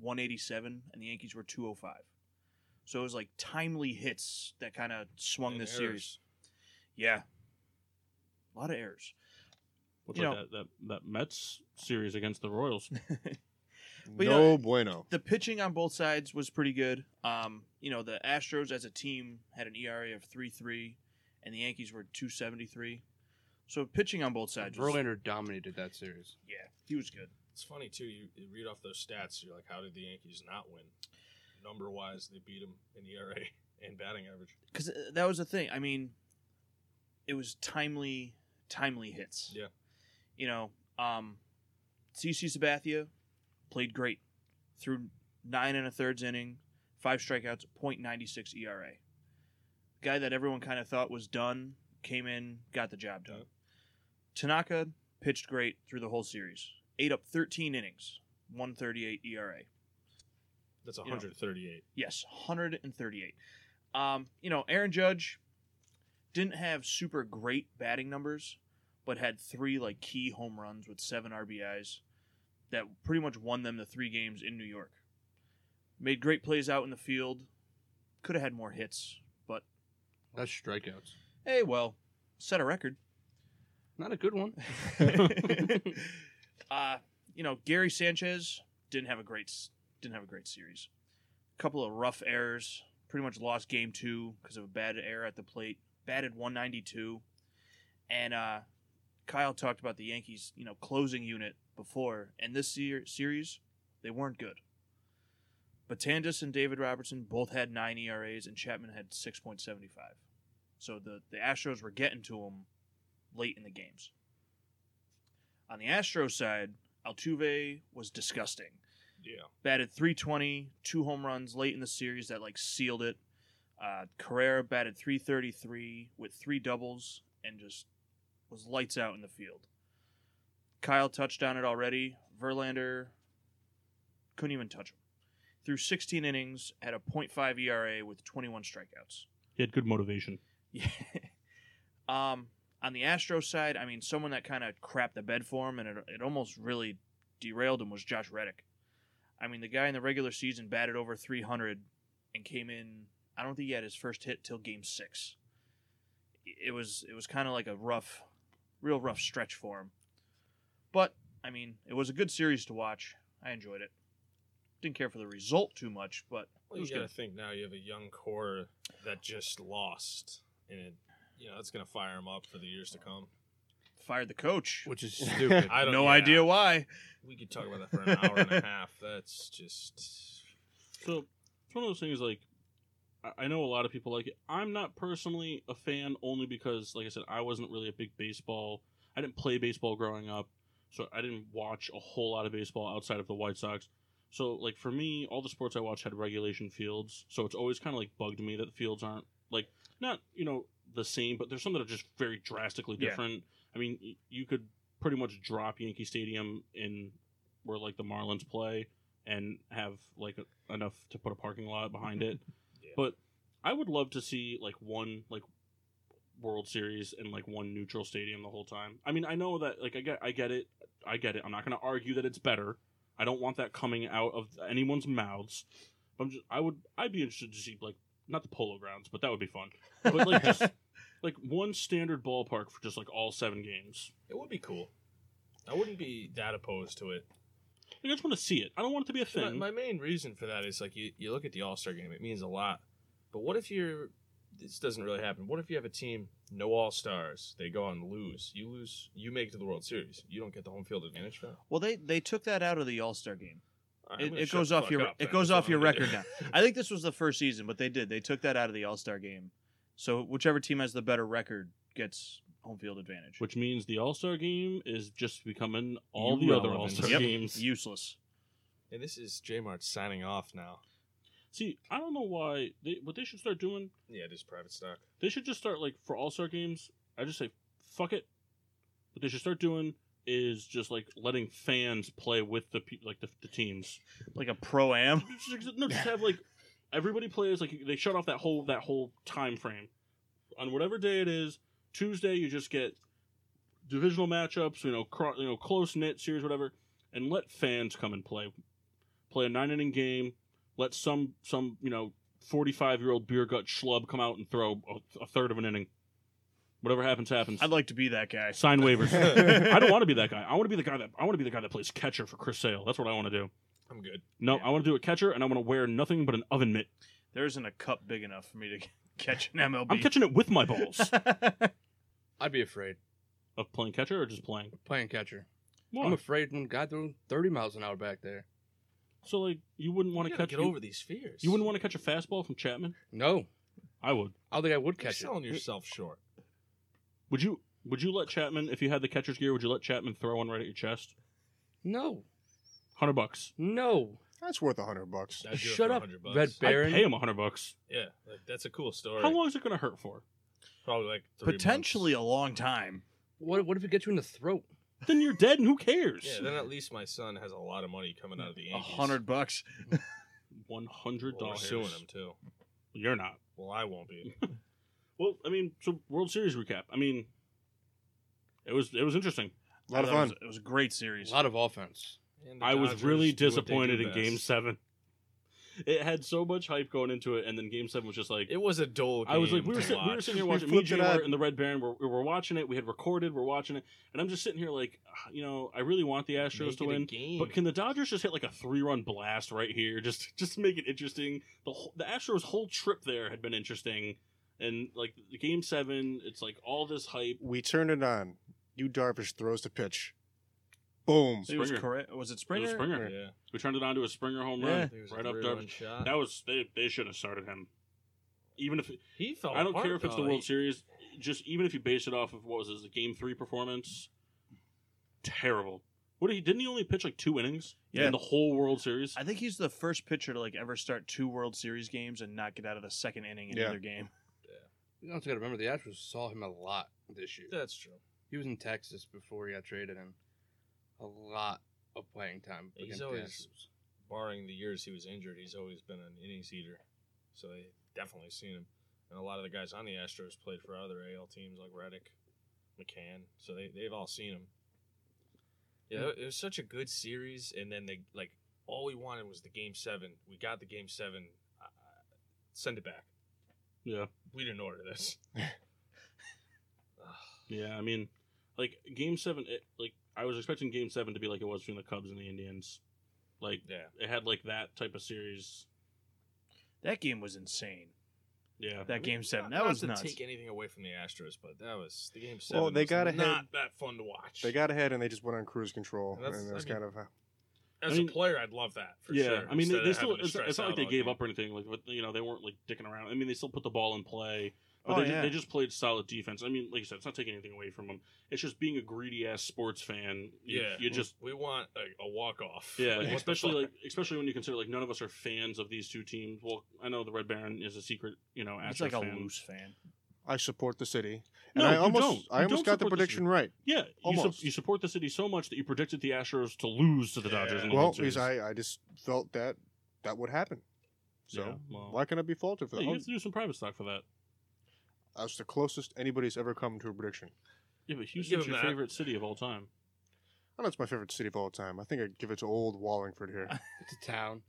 Speaker 3: 187, and the Yankees were 205. So it was like timely hits that kind of swung
Speaker 2: And
Speaker 3: this
Speaker 2: errors.
Speaker 3: series. Yeah, a lot of errors.
Speaker 1: What's
Speaker 3: You
Speaker 1: like
Speaker 3: know-
Speaker 1: that, that that Mets series against the Royals?
Speaker 3: you
Speaker 4: no
Speaker 3: know-
Speaker 4: bueno.
Speaker 3: the pitching on both sides was pretty good. Um, you know, the Astros as a team had an ERA of three three, and the Yankees were two seventy three. So pitching on both sides, was,
Speaker 5: Verlander dominated that series.
Speaker 3: yeah, he was good.
Speaker 2: It's funny too. You, you read off those stats. You're like, how did the Yankees not win? Number wise, they beat them in ERA and batting average.
Speaker 3: Because uh, that was the thing. I mean, it was timely, timely hits.
Speaker 2: Yeah.
Speaker 3: You know, um, CC Sabathia played great through nine and a thirds inning, five strikeouts, .96 ERA. E Guy that everyone kind of thought was done came in, got the job done.
Speaker 2: Yeah.
Speaker 3: Tanaka pitched great through the whole series. Ate up 13 innings, E 138 ERA.
Speaker 2: That's
Speaker 3: know.
Speaker 2: 138.
Speaker 3: Yes, 138. Um, you know, Aaron Judge didn't have super great batting numbers, but had three like key home runs with seven RBIs that pretty much won them the three games in New York. Made great plays out in the field. Could have had more hits, but
Speaker 5: That's strikeouts.
Speaker 3: hey, well, set a record.
Speaker 5: Not a good one.
Speaker 3: uh, you know, Gary Sanchez didn't have a great s- didn't have a great series. A couple of rough errors. Pretty much lost game two because of a bad error at the plate. Batted 192, And uh, Kyle talked about the Yankees, you know, closing unit before, and this year series they weren't good. But Tandis and David Robertson both had nine ERAs, and Chapman had six point seventy five. So the the Astros were getting to him late in the games. On the Astro side, Altuve was disgusting
Speaker 2: Yeah.
Speaker 3: batted 320, two home runs late in the series that like sealed it. Uh, Carrera batted 333 with three doubles and just was lights out in the field. Kyle touched on it already. Verlander couldn't even touch him. Through 16 innings, had a .5 ERA with 21 strikeouts.
Speaker 1: He had good motivation.
Speaker 3: Yeah. um, on the Astro side, I mean, someone that kind of crapped the bed for him and it, it almost really derailed him was Josh Reddick. I mean, the guy in the regular season batted over 300 and came in. I don't think he had his first hit till Game Six. It was it was kind of like a rough, real rough stretch for him. But I mean, it was a good series to watch. I enjoyed it. Didn't care for the result too much, but
Speaker 2: Well,
Speaker 3: it
Speaker 2: you
Speaker 3: was
Speaker 2: got to
Speaker 3: good.
Speaker 2: think now. You have a young core that just lost, and it, you know that's going to fire them up for the years to come.
Speaker 3: Fired the coach.
Speaker 5: which is stupid.
Speaker 2: I don't.
Speaker 3: No
Speaker 2: yeah,
Speaker 3: idea why.
Speaker 2: We could talk about that for an hour and a half. That's just.
Speaker 1: So it's one of those things like I- I know a lot of people like it. I'm not personally a fan only because, like I said, I wasn't really a big baseball. I didn't play baseball growing up, so I didn't watch a whole lot of baseball outside of the White Sox. So, like for me, all the sports I watched had regulation fields, so it's always kind of like bugged me that the fields aren't like not you know the same, but there's some that are just very drastically
Speaker 3: Yeah.
Speaker 1: different. I mean, y- you could pretty much drop Yankee Stadium in where like the Marlins play and have like a, enough to put a parking lot behind it.
Speaker 2: Yeah.
Speaker 1: But I would love to see like one like World Series and like one neutral stadium the whole time. I mean, I know that like I get I get it. I get it. I'm not going to argue that it's better. I don't want that coming out of anyone's mouths. I'm just I would I'd be interested to see like not the Polo Grounds, but that would be fun. But like just like one standard ballpark for just like all seven games.
Speaker 2: It would be cool. I wouldn't be that opposed to it.
Speaker 1: Like, I just want to see it. I don't want it to be a
Speaker 2: My,
Speaker 1: thing.
Speaker 2: my main reason for that is like you, you look at the All Star game; it means a lot. But what if you're? This doesn't really happen. What if you have a team no All Stars? They go out and lose. You lose. You make it to the World Series. You don't get the home field advantage for that.
Speaker 3: Well, they they took that out of the All Star game.
Speaker 2: All right, I'm
Speaker 3: It,
Speaker 2: gonna
Speaker 3: it
Speaker 2: shut
Speaker 3: goes
Speaker 2: the
Speaker 3: off
Speaker 2: fuck
Speaker 3: your
Speaker 2: up
Speaker 3: it
Speaker 2: then.
Speaker 3: goes
Speaker 2: That's
Speaker 3: off
Speaker 2: all
Speaker 3: your
Speaker 2: I'm gonna
Speaker 3: record
Speaker 2: do.
Speaker 3: now. I think this was the first season, but they did they took that out of the All Star game. So whichever team has the better record gets home field advantage.
Speaker 1: which means the All Star game is just becoming all the other
Speaker 2: Irrelevant.
Speaker 1: All Star
Speaker 2: Yep.
Speaker 1: games.
Speaker 3: useless.
Speaker 2: And this is J Mart signing off now.
Speaker 1: See, I don't know why they what they should start doing.
Speaker 2: Yeah, it is private stock.
Speaker 1: They should just start like for All Star games. I just say fuck it. What they should start doing is just like letting fans play with the people, like the, the teams.
Speaker 3: Like a pro am.
Speaker 1: Just- no, just have like everybody plays like they shut off that whole that whole time frame on whatever day it is. Tuesday, you just get divisional matchups, you know, cro- you know, close knit series, whatever, and let fans come and play, play a nine inning game. Let some some you know forty five year old beer gut schlub come out and throw a, a third of an inning. Whatever happens, happens.
Speaker 3: I'd like to be that guy.
Speaker 1: Sign waivers. I don't want to be that guy. I want to be the guy that I want to be the guy that plays catcher for Chris Sale. That's what I want to do.
Speaker 2: I'm good.
Speaker 1: No,
Speaker 3: Yeah.
Speaker 1: I want to do a catcher, and I want to wear nothing but an oven mitt.
Speaker 3: There isn't a cup big enough for me to catch an MLB.
Speaker 1: I'm catching it with my balls.
Speaker 5: I'd be afraid
Speaker 1: of playing catcher or just playing?
Speaker 5: playing catcher.
Speaker 1: Why?
Speaker 5: I'm afraid when God threw 30 miles an hour back there.
Speaker 1: so like, you wouldn't want
Speaker 2: You
Speaker 1: to
Speaker 2: gotta
Speaker 1: catch
Speaker 2: get
Speaker 1: you,
Speaker 2: over these fears.
Speaker 1: you wouldn't want to catch a fastball from Chapman.
Speaker 5: No,
Speaker 1: I would.
Speaker 5: I don't think I would
Speaker 2: You're
Speaker 5: catch it.
Speaker 2: selling yourself short.
Speaker 1: Would you? Would you let Chapman if you had the catcher's gear? Would you let Chapman throw one right at your chest?
Speaker 5: No,
Speaker 1: Hundred bucks.
Speaker 5: no.
Speaker 4: That's worth a hundred bucks.
Speaker 2: I'd do it
Speaker 5: Shut
Speaker 2: for
Speaker 5: up,
Speaker 2: 100 bucks.
Speaker 5: Red Baron.
Speaker 1: I'd pay him hundred bucks.
Speaker 2: Yeah, like, that's a cool story.
Speaker 1: How long is it going to hurt for?
Speaker 2: Probably like three
Speaker 3: Potentially
Speaker 2: months.
Speaker 3: a long time.
Speaker 5: What, what if it gets you in the throat?
Speaker 1: Then you're dead, and who cares?
Speaker 2: Yeah, then at least my son has a lot of money coming out of the
Speaker 3: A
Speaker 2: Yankees.
Speaker 3: hundred bucks.
Speaker 1: One hundred
Speaker 2: Well, we're
Speaker 1: dollars.
Speaker 2: suing him too.
Speaker 1: You're not.
Speaker 2: Well, I won't be.
Speaker 1: Well, I mean, so World Series recap. I mean, it was it was interesting.
Speaker 4: A lot of
Speaker 3: I thought
Speaker 4: fun.
Speaker 3: It was, it was a great
Speaker 5: A
Speaker 3: series.
Speaker 5: lot of offense.
Speaker 2: And the
Speaker 1: I was
Speaker 2: Dodgers
Speaker 1: really
Speaker 2: do what they
Speaker 1: disappointed
Speaker 2: do
Speaker 1: in
Speaker 2: best.
Speaker 1: Game Seven. It had so much hype going into it, and then Game Seven was just like
Speaker 2: It was a dull. Game
Speaker 1: I was like, we were,
Speaker 2: to
Speaker 1: sit, we were
Speaker 2: watch.
Speaker 1: sitting here
Speaker 4: We
Speaker 1: watching. Me,
Speaker 4: flipped it
Speaker 1: Jay Wright,
Speaker 4: on.
Speaker 1: and the Red Baron were, we were watching it. We had recorded. We're watching it, and I'm just sitting here like, "Ah, you know, I really want the Astros
Speaker 2: Make
Speaker 1: to
Speaker 2: it a
Speaker 1: win,
Speaker 2: game.
Speaker 1: but can the Dodgers just hit like a three run blast right here, just just to make it interesting? The whole, the Astros' whole trip there had been interesting, And like the game seven, it's like all this hype.
Speaker 4: We turned it on. You Darvish throws the pitch. Boom.
Speaker 3: It was
Speaker 1: Springer.
Speaker 3: correct. Was it Springer?
Speaker 1: It was Springer.
Speaker 2: Yeah.
Speaker 1: We turned it on to a Springer home
Speaker 5: Yeah.
Speaker 1: run
Speaker 2: There's a
Speaker 1: right up
Speaker 2: three-run
Speaker 1: Darvish.
Speaker 2: shot.
Speaker 1: That was they. They should have started him. Even if
Speaker 2: He fell
Speaker 1: I don't
Speaker 2: apart,
Speaker 1: care if it's the
Speaker 2: though.
Speaker 1: World
Speaker 2: He-
Speaker 1: Series, just even if you base it off of what was his game three performance, terrible. What did he didn't he only pitch like two innings
Speaker 3: Yeah.
Speaker 1: in the whole World Series?
Speaker 3: I think he's the first pitcher to like ever start two World Series games and not get out of the second inning in
Speaker 4: Yeah.
Speaker 3: either game.
Speaker 5: You also got to remember the Astros saw him a lot this year.
Speaker 2: That's true.
Speaker 5: He was in Texas before he got traded, and a lot of playing time.
Speaker 2: He's
Speaker 5: against the
Speaker 2: always-
Speaker 5: Astros.
Speaker 2: Barring the years he was injured, he's always been an innings eater. So they definitely seen him. And a lot of the guys on the Astros played for other AL teams like Reddick, McCann. So they, they've all seen him. Yeah, it was such a good series. And then they, like, all we wanted was the game seven. We got the game seven. Uh, send it back.
Speaker 1: yeah,
Speaker 2: We didn't order this.
Speaker 1: yeah. I mean, like game seven. It, like I was expecting game seven to be like it was between the Cubs and the Indians. Like
Speaker 2: yeah.
Speaker 1: it had like that type of series.
Speaker 3: That game was insane.
Speaker 1: Yeah,
Speaker 3: That game seven.
Speaker 2: Not-
Speaker 3: That
Speaker 2: not
Speaker 3: was
Speaker 2: to
Speaker 3: nuts.
Speaker 2: take anything away from the Astros, but that was the game seven.
Speaker 4: Well, they
Speaker 2: was
Speaker 4: got ahead-
Speaker 2: not that fun to watch.
Speaker 4: They got ahead and they just went on cruise control.
Speaker 2: That's-
Speaker 4: and that's
Speaker 2: I mean-
Speaker 4: kind of. how-
Speaker 2: As
Speaker 1: I mean-
Speaker 2: a player, I'd love that. For
Speaker 1: yeah,
Speaker 2: sure,
Speaker 1: I mean, they,
Speaker 2: instead
Speaker 1: they
Speaker 2: of
Speaker 1: still.
Speaker 2: having to
Speaker 1: It's,
Speaker 2: stress
Speaker 1: it's not like
Speaker 2: out
Speaker 1: they
Speaker 2: all
Speaker 1: gave
Speaker 2: game.
Speaker 1: up or anything. Like, but, you know, they weren't like dicking around. I mean, they still put the ball in play. But
Speaker 3: Oh,
Speaker 1: they, ju-
Speaker 3: yeah.
Speaker 1: they just played solid defense. I mean, like you said, it's not taking anything away from them. It's just being a greedy ass sports fan. You,
Speaker 2: Yeah,
Speaker 1: you just
Speaker 2: we want a, a walk off.
Speaker 1: yeah, especially like especially when you consider like none of us are fans of these two teams. Well, I know the Red Baron is a secret, you know,
Speaker 3: It's
Speaker 1: Astros
Speaker 3: like a
Speaker 1: fan.
Speaker 3: loose fan.
Speaker 4: I support the city.
Speaker 1: No,
Speaker 4: And I
Speaker 1: you
Speaker 4: almost
Speaker 1: don't.
Speaker 4: I
Speaker 1: You don't
Speaker 4: almost got the
Speaker 1: support the
Speaker 4: prediction right.
Speaker 1: Yeah, you, su-
Speaker 4: Almost.
Speaker 1: you support the city so much that you predicted the Astros to lose to the
Speaker 2: Yeah.
Speaker 1: Dodgers. In the
Speaker 4: Well,
Speaker 1: World
Speaker 4: because
Speaker 1: Series.
Speaker 4: I, I just felt that that would happen. So
Speaker 1: Yeah, well,
Speaker 4: why can I be faulted for
Speaker 1: yeah,
Speaker 4: that?
Speaker 1: you have to do some private stock for that.
Speaker 4: That's the closest anybody's ever come to a prediction.
Speaker 1: Yeah, but Houston's
Speaker 2: him
Speaker 1: your
Speaker 2: that.
Speaker 1: favorite city of all time.
Speaker 4: I know it's my favorite city of all time. I think I'd give it to old Wallingford here.
Speaker 5: It's a town.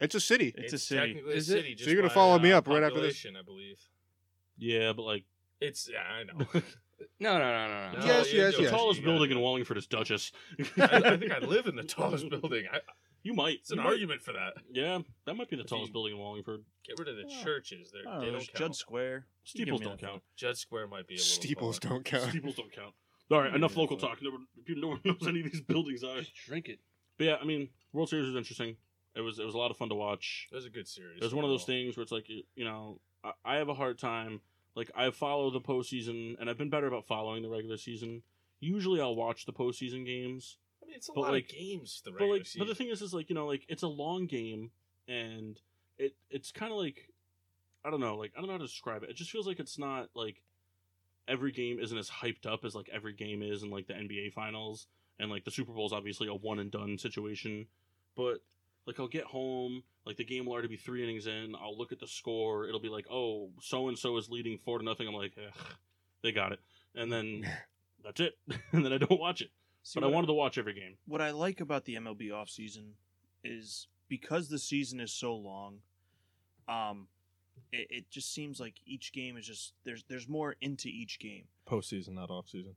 Speaker 4: It's a city.
Speaker 3: It's, a city.
Speaker 2: technically a
Speaker 5: Is it?
Speaker 2: city
Speaker 4: So
Speaker 2: just
Speaker 4: you're gonna
Speaker 2: by,
Speaker 4: follow
Speaker 2: uh,
Speaker 4: me up right after this?
Speaker 2: population, I believe
Speaker 1: Yeah, but like
Speaker 2: it's. Yeah, I know.
Speaker 5: No, no, no, no, no.
Speaker 2: No,
Speaker 4: Yes,
Speaker 2: you're
Speaker 1: the
Speaker 4: yes,
Speaker 2: joking.
Speaker 4: yes.
Speaker 1: tallest
Speaker 2: You gotta
Speaker 1: building
Speaker 2: do
Speaker 1: in
Speaker 2: it.
Speaker 1: Wallingford is Duchess.
Speaker 2: I, I think I live in the tallest building. I,
Speaker 1: You might.
Speaker 2: it's an
Speaker 1: you might-
Speaker 2: argument for that.
Speaker 1: Yeah, that might be the
Speaker 2: If
Speaker 1: tallest
Speaker 2: you-
Speaker 1: building in Wallingford.
Speaker 2: Get rid of the
Speaker 3: Yeah.
Speaker 2: churches. They're,
Speaker 3: Oh,
Speaker 2: they
Speaker 3: there's
Speaker 2: don't
Speaker 3: Judd
Speaker 2: count.
Speaker 3: Square. You give
Speaker 1: Steeples
Speaker 3: me
Speaker 1: don't
Speaker 3: that.
Speaker 1: count.
Speaker 2: Judd Square might be a little
Speaker 4: Steeples
Speaker 2: far.
Speaker 4: don't count.
Speaker 1: Steeples don't count. All right, enough
Speaker 2: Yeah.
Speaker 1: local talk. No one, no one knows any of these buildings are.
Speaker 5: Just drink it.
Speaker 1: But yeah, I mean, World Series was interesting. It was it was a lot of fun to watch.
Speaker 2: It was a good series.
Speaker 1: It was one of those
Speaker 2: overall.
Speaker 1: things where it's like you you know I, I have a hard time. Like I follow the postseason, and I've been better about following the regular season. Usually, I'll watch the postseason games.
Speaker 2: I mean, it's a
Speaker 1: but
Speaker 2: lot
Speaker 1: like-
Speaker 2: of games. The
Speaker 1: but
Speaker 2: regular
Speaker 1: like
Speaker 2: season.
Speaker 1: but the thing is is like you know like it's a long game and it it's kind of like i don't know like i don't know how to describe it it just feels like it's not like every game isn't as hyped up as like every game is in like the nba finals and like the super bowl is obviously a one and done situation but like i'll get home like the game will already be three innings in i'll look at the score it'll be like oh so and so is leading four to nothing i'm like Ugh, they got it and then that's it and then i don't watch it
Speaker 3: See,
Speaker 1: but i
Speaker 3: what-
Speaker 1: wanted to watch every game
Speaker 3: what I like about the MLB offseason is because the season is so long, um, it, it just seems like each game is just there's there's more into each game.
Speaker 2: postseason, not off season.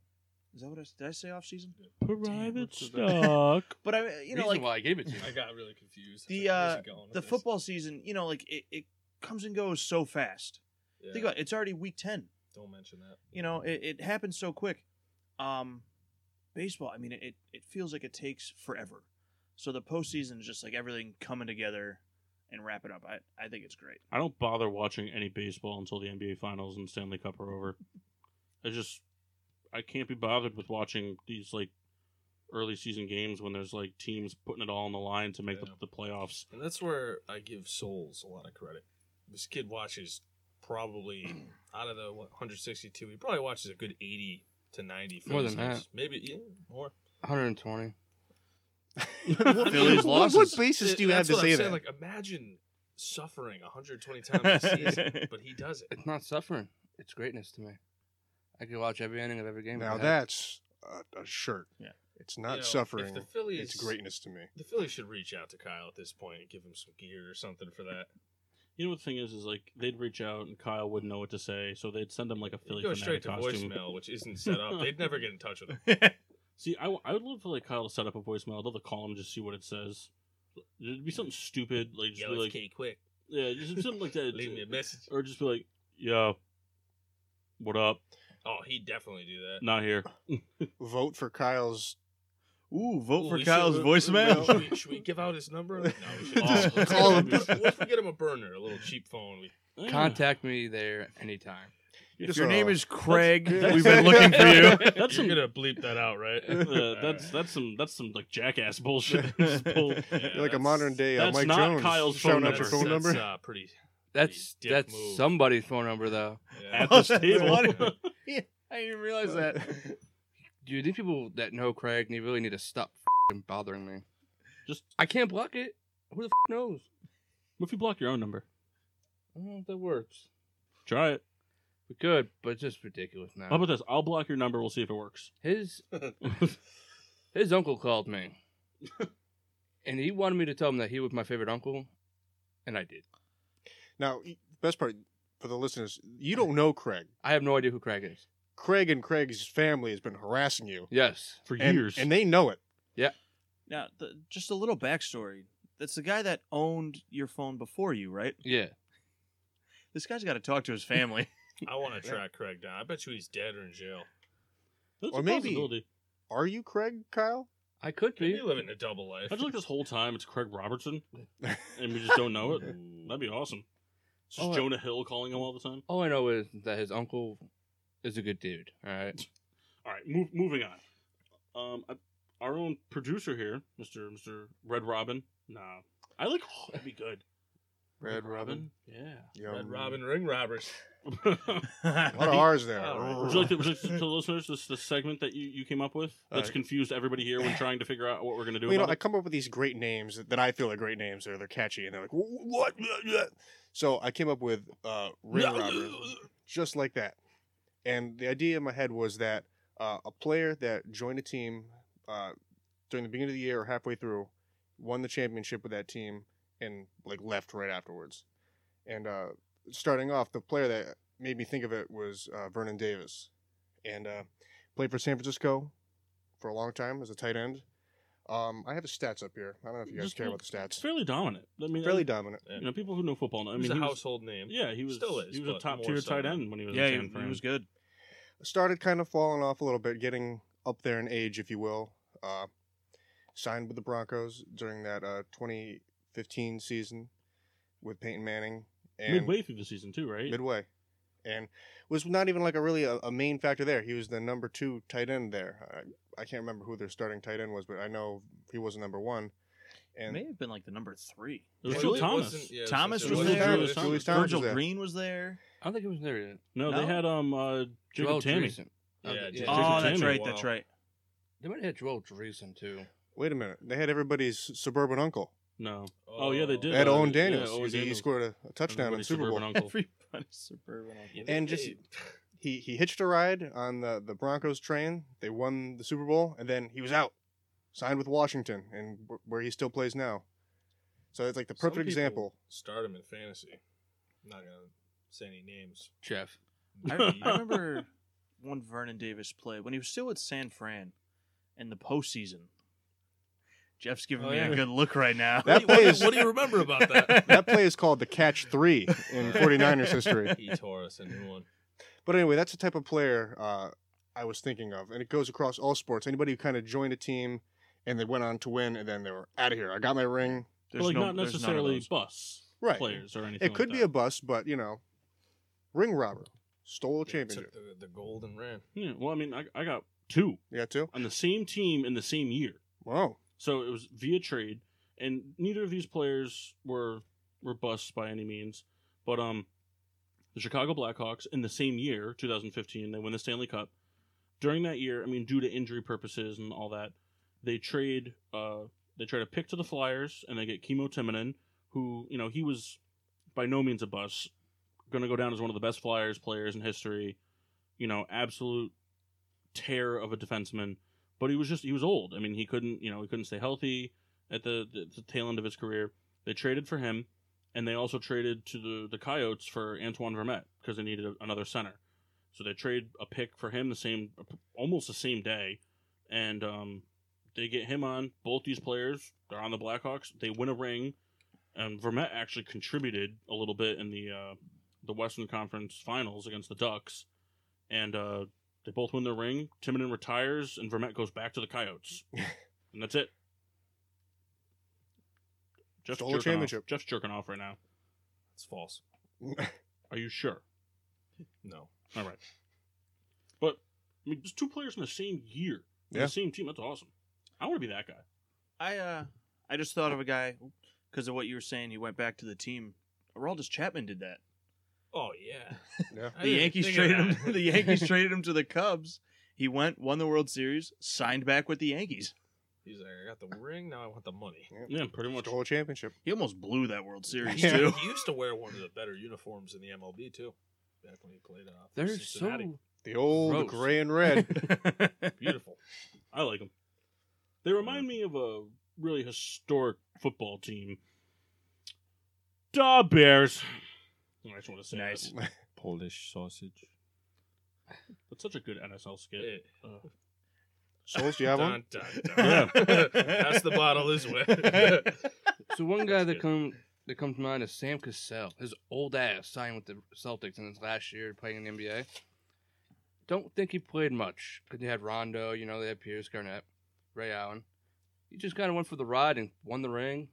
Speaker 3: Is that what I did I say offseason?
Speaker 1: Private
Speaker 5: what's the-
Speaker 1: stock.
Speaker 3: But I you know
Speaker 5: Reason
Speaker 3: like
Speaker 5: why I gave it to you.
Speaker 2: I got really confused.
Speaker 3: The,
Speaker 2: Where's
Speaker 3: uh,
Speaker 2: he going with
Speaker 3: the
Speaker 2: this?
Speaker 3: football season, you know like it, it comes and goes so fast.
Speaker 2: Yeah,
Speaker 3: Think about it, it's already week ten.
Speaker 2: don't mention that.
Speaker 3: You know it, it happens so quick. Um, baseball, I mean it it feels like it takes forever. So the postseason is just like everything coming together and wrapping up. I, I think it's great.
Speaker 1: I don't bother watching any baseball until the NBA Finals and Stanley Cup are over. I just I can't be bothered with watching these like early season games when there's like teams putting it all on the line to make
Speaker 2: Yeah.
Speaker 1: the, the playoffs.
Speaker 2: And that's where I give Souls a lot of credit. This kid watches probably out of the what, 162, he probably watches a good 80 to 90.
Speaker 5: More than
Speaker 2: Phillies games. Maybe yeah, more.
Speaker 5: 120.
Speaker 4: What- what, what
Speaker 5: losses.
Speaker 4: basis
Speaker 2: Th-
Speaker 4: do you have
Speaker 2: that's
Speaker 4: to
Speaker 2: what I'm
Speaker 4: say that?
Speaker 2: saying, Like, imagine suffering 120 times a season, but he does it.
Speaker 5: It's not suffering. It's greatness to me. I could watch every inning of every game. if I
Speaker 4: now
Speaker 5: had
Speaker 4: that's a, a shirt.
Speaker 3: Yeah.
Speaker 4: It's
Speaker 2: You
Speaker 4: not
Speaker 2: know,
Speaker 4: suffering.
Speaker 2: If the Phillies,
Speaker 4: it's greatness to me.
Speaker 2: The Phillies should reach out to Kyle at this point and give him some gear or something for that.
Speaker 1: You know what the thing is is like they'd reach out and Kyle wouldn't know what to say, so they'd send him like a Philly
Speaker 2: He'd go
Speaker 1: fanatic
Speaker 2: straight to
Speaker 1: costume.
Speaker 2: voicemail, which isn't set up. They'd never get in touch with him.
Speaker 1: See, I, w- I would love for like Kyle to set up a voicemail. I'd love to call him just see what it says. It'd be something stupid like just
Speaker 2: Yo,
Speaker 1: be
Speaker 2: it's
Speaker 1: like
Speaker 2: K Quick.
Speaker 1: yeah, just something like that.
Speaker 2: Leave me a message.
Speaker 1: or just be like, "Yo, What up?
Speaker 2: Oh, he definitely do that.
Speaker 1: Not here.
Speaker 4: Vote for Kyle's.
Speaker 3: Ooh, vote
Speaker 2: Ooh,
Speaker 3: for
Speaker 2: we
Speaker 3: Kyle's
Speaker 2: should-
Speaker 3: voicemail.
Speaker 2: Should we, should we give out his number? No, we should
Speaker 1: Just
Speaker 2: oh,
Speaker 4: call
Speaker 1: him.
Speaker 2: What if we get him a burner, a little cheap phone? We,
Speaker 1: Yeah.
Speaker 5: Contact me there anytime.
Speaker 4: Just,
Speaker 3: If your
Speaker 4: uh,
Speaker 3: name is Craig,
Speaker 4: that's-
Speaker 3: we've been looking for you.
Speaker 1: That's
Speaker 2: you're
Speaker 1: some-
Speaker 2: gonna bleep that out, right?
Speaker 1: Uh, that's that's some that's some like jackass bullshit. Just pull-
Speaker 2: Yeah,
Speaker 4: like a
Speaker 2: that's-
Speaker 4: modern day uh,
Speaker 1: that's
Speaker 4: Mike
Speaker 1: not
Speaker 4: Jones.
Speaker 1: Kyle's
Speaker 4: shouting
Speaker 1: phone
Speaker 4: out your
Speaker 1: number.
Speaker 4: phone
Speaker 2: that's,
Speaker 4: number.
Speaker 2: Uh, pretty.
Speaker 5: That's
Speaker 2: dick
Speaker 5: that's
Speaker 2: move.
Speaker 5: somebody's phone number though.
Speaker 2: Yeah.
Speaker 1: At this
Speaker 3: That's
Speaker 1: table.
Speaker 3: funny. I didn't even realize that.
Speaker 5: Dude, these people that know Craig, they really need to stop fing bothering me.
Speaker 1: Just
Speaker 5: I can't block it. Who the f- knows?
Speaker 1: what if you block your own number?
Speaker 5: I don't know if that works.
Speaker 1: Try it.
Speaker 5: We could, but it's just ridiculous
Speaker 1: How
Speaker 5: now.
Speaker 1: about this? I'll block your number. We'll see if it works.
Speaker 5: His his uncle called me, and he wanted me to tell him that he was my favorite uncle, and I did.
Speaker 4: Now, e, best part for the listeners, you don't know Craig.
Speaker 5: I have no idea who Craig is.
Speaker 4: Craig and Craig's family has been harassing you
Speaker 5: Yes,
Speaker 1: For
Speaker 4: and,
Speaker 1: years.
Speaker 4: and they know it.
Speaker 3: Now, the, just a little backstory. That's the guy that owned your phone before you, right?
Speaker 5: yeah.
Speaker 3: This guy's got to talk to his family.
Speaker 2: I want to track Craig down. I bet you he's dead or in jail.
Speaker 1: That's
Speaker 4: Or
Speaker 1: a
Speaker 4: maybe-
Speaker 1: possibility.
Speaker 4: Are you Craig, Kyle?
Speaker 5: I could
Speaker 2: Maybe
Speaker 5: be.
Speaker 2: he's living a double life.
Speaker 1: I just like this whole time it's Craig Robertson, and we just don't know it. That'd be awesome. It's just
Speaker 5: Oh, I-
Speaker 1: Jonah Hill calling him all the time.
Speaker 5: All I know is that his uncle is a good dude. All right.
Speaker 1: All right, move, moving on. Um, I, our own producer here, Mister Mister Red Robin. Nah, I like. Oh, that'd be good.
Speaker 4: Red
Speaker 1: Yeah.
Speaker 4: Yum.
Speaker 2: Red Robin Ring Robbers.
Speaker 4: A lot of R's there.
Speaker 2: All right.
Speaker 1: Would you like to, would you like to tell the listeners this the segment that you, you came up with that's
Speaker 4: Uh,
Speaker 1: confused everybody here when trying to figure out what we're gonna do?
Speaker 4: Well, you know,
Speaker 1: about
Speaker 4: I
Speaker 1: it?
Speaker 4: come up with these great names that- that I feel are great names. They're they're catchy, and they're like, "Wh- what? Blah, blah." So I came up with uh, ring robber, just like that. And the idea in my head was that uh, a player that joined a team uh, during the beginning of the year or halfway through won the championship with that team and like left right afterwards. And uh, starting off, the player that made me think of it was uh, Vernon Davis, and uh, played for San Francisco for a long time as a tight end. Um, I have his stats up here. I don't know if you guys
Speaker 1: Just
Speaker 4: care
Speaker 1: look-
Speaker 4: about the stats.
Speaker 1: fairly dominant. I mean,
Speaker 4: Fairly
Speaker 1: I-
Speaker 4: dominant.
Speaker 1: you know, people who know football. know- I
Speaker 2: I
Speaker 1: mean, he
Speaker 2: mean, a
Speaker 1: was-
Speaker 2: household name.
Speaker 1: Yeah, he was
Speaker 2: Still is,
Speaker 1: He was a
Speaker 2: but
Speaker 1: top
Speaker 2: more
Speaker 1: tier
Speaker 2: so
Speaker 1: tight
Speaker 2: now.
Speaker 1: end when he was.
Speaker 3: yeah,
Speaker 1: in
Speaker 3: he,
Speaker 1: San
Speaker 3: he
Speaker 1: Fran.
Speaker 3: was good.
Speaker 4: started kind of falling off a little bit, getting up there in age, if you will. Uh, signed with the Broncos during that uh, 2015 season with Peyton Manning and
Speaker 1: midway through the season too, right?
Speaker 4: midway, and was not even like a really a, a main factor there. He was the number two tight end there. I, I can't remember who their starting tight end was, but I know he was number one.
Speaker 3: It
Speaker 4: And
Speaker 3: may have been like the number three.
Speaker 1: It was
Speaker 2: Well,
Speaker 1: still
Speaker 2: it
Speaker 1: Thomas.
Speaker 2: wasn't- yeah, it
Speaker 3: Thomas
Speaker 2: it
Speaker 3: was
Speaker 2: wasn't
Speaker 3: there.
Speaker 2: Julius
Speaker 4: Julius
Speaker 2: Thomas.
Speaker 4: Thomas
Speaker 3: Virgil
Speaker 4: was there.
Speaker 3: Green was there.
Speaker 5: I don't think he was there yet.
Speaker 1: No, they
Speaker 3: No?
Speaker 1: had um uh, Jacob
Speaker 5: Joel
Speaker 1: Tammy.
Speaker 5: Dreesen.
Speaker 2: Yeah,
Speaker 5: Okay,
Speaker 2: Jacob
Speaker 1: Jacob
Speaker 3: Oh, that's
Speaker 1: Tammy.
Speaker 3: right. That's
Speaker 2: Wow.
Speaker 3: right.
Speaker 5: They might have had Joel Dreesen too.
Speaker 4: wait a minute, they had everybody's suburban uncle.
Speaker 1: No, Oh, yeah, they did.
Speaker 4: They had
Speaker 1: uh,
Speaker 4: Owen
Speaker 1: yeah,
Speaker 4: Daniels.
Speaker 1: Owen
Speaker 4: He's- he
Speaker 1: Daniels.
Speaker 4: scored a, a touchdown in the
Speaker 1: Everybody's
Speaker 4: Super Bowl.
Speaker 1: suburban uncle.
Speaker 3: Everybody's suburban.
Speaker 2: Yeah,
Speaker 4: And
Speaker 2: they-
Speaker 4: just- he he hitched a ride on the the Broncos train. They won the Super Bowl, and then he was out, signed with Washington, and wh- where he still plays now. So it's like the
Speaker 2: Some
Speaker 4: perfect
Speaker 2: people
Speaker 4: example.
Speaker 2: Start him in fantasy. I'm not gonna say any names.
Speaker 5: Jeff.
Speaker 3: I, I remember one Vernon Davis play when he was still at San Fran in the postseason. Jeff's giving
Speaker 2: Oh,
Speaker 3: me
Speaker 2: yeah.
Speaker 3: a good look right now.
Speaker 4: That
Speaker 2: What do you-
Speaker 4: play
Speaker 2: what,
Speaker 4: is-
Speaker 2: do, what do you remember about that?
Speaker 4: That play is called the catch three in 49ers history.
Speaker 2: he tore us a new one.
Speaker 4: But anyway, that's the type of player uh, I was thinking of, and it goes across all sports. Anybody who kind of joined a team and they went on to win, and then they were out of here. I got my ring.
Speaker 1: But, like not
Speaker 3: there's none of
Speaker 1: necessarily
Speaker 3: those.
Speaker 1: bus
Speaker 4: Right.
Speaker 1: players or anything.
Speaker 4: It could
Speaker 1: like
Speaker 4: be a bust, but you know, ring robber stole a
Speaker 2: They took
Speaker 4: championship.
Speaker 2: the, the golden ram.
Speaker 1: be a. Yeah, well, I mean, I, I got two
Speaker 4: You got two.
Speaker 1: on the same team in the same year,
Speaker 4: Wow.
Speaker 1: so it was via trade, and neither of these players were were busts by any means. But um, the Chicago Blackhawks in the same year, 2015, they win the Stanley Cup. During that year, I mean, due to injury purposes and all that, they trade uh they trade a pick to the Flyers and they get Chemo Timonen, who you know he was by no means a bust, going to go down as one of the best Flyers players in history. You know, absolute tear of a defenseman, but he was just he was old. I mean, he couldn't you know he couldn't stay healthy at the, the, the tail end of his career. They traded for him, and they also traded to the the Coyotes for Antoine Vermette because they needed a, another center. So they trade a pick for him the same almost the same day, and um, they get him on. Both these players they're on the Blackhawks. They win a ring. And Vermette actually contributed a little bit in the uh, the Western Conference Finals against the Ducks, and uh, they both win their ring. Timonen retires, and Vermette goes back to the Coyotes, and that's it. Jeff's
Speaker 4: Stole the
Speaker 1: jerking
Speaker 4: championship.
Speaker 1: Off. Jeff's jerking off right now.
Speaker 2: It's false.
Speaker 1: Are you sure?
Speaker 2: No.
Speaker 1: All right. But I mean, just two players in the same year, in
Speaker 4: Yeah.
Speaker 1: the same team. That's awesome. I want to be that guy.
Speaker 3: I uh, I just thought of a guy because of what you were saying. He went back to the team. Aroldis Chapman did that.
Speaker 2: Oh yeah.
Speaker 4: Yeah.
Speaker 2: I
Speaker 3: The
Speaker 2: didn't
Speaker 3: Yankees
Speaker 2: think
Speaker 3: traded
Speaker 2: of
Speaker 3: him.
Speaker 2: that.
Speaker 3: The Yankees traded him to the Cubs. He went, won the World Series, signed back with the Yankees.
Speaker 2: He's like, I got the ring. Now I want the money.
Speaker 1: Yeah, pretty much.
Speaker 4: Stole a championship.
Speaker 3: He almost blew that World Series
Speaker 4: Yeah.
Speaker 3: too.
Speaker 2: He used to wear one of the better uniforms in the MLB too. Back when he played off.
Speaker 5: They're
Speaker 2: Cincinnati.
Speaker 5: so
Speaker 4: The old
Speaker 5: Gross.
Speaker 4: gray and red.
Speaker 2: beautiful.
Speaker 1: I like them. They remind me of a really historic football team. Da Bears. I just want to say that.
Speaker 3: Nice.
Speaker 6: Polish sausage.
Speaker 1: That's such a good NSL skit.
Speaker 2: Yeah. Uh,
Speaker 4: Souls, do you have one?
Speaker 2: Dun, dun, dun. That's the bottle is wet.
Speaker 5: So one guy
Speaker 2: That's
Speaker 5: that
Speaker 2: good.
Speaker 5: come that comes to mind is Sam Cassell. His old ass signed with the Celtics in his last year playing in the NBA. Don't think he played much because they had Rondo, you know, they had Pierce Garnett, Ray Allen. He just kind of went for the ride and won the ring.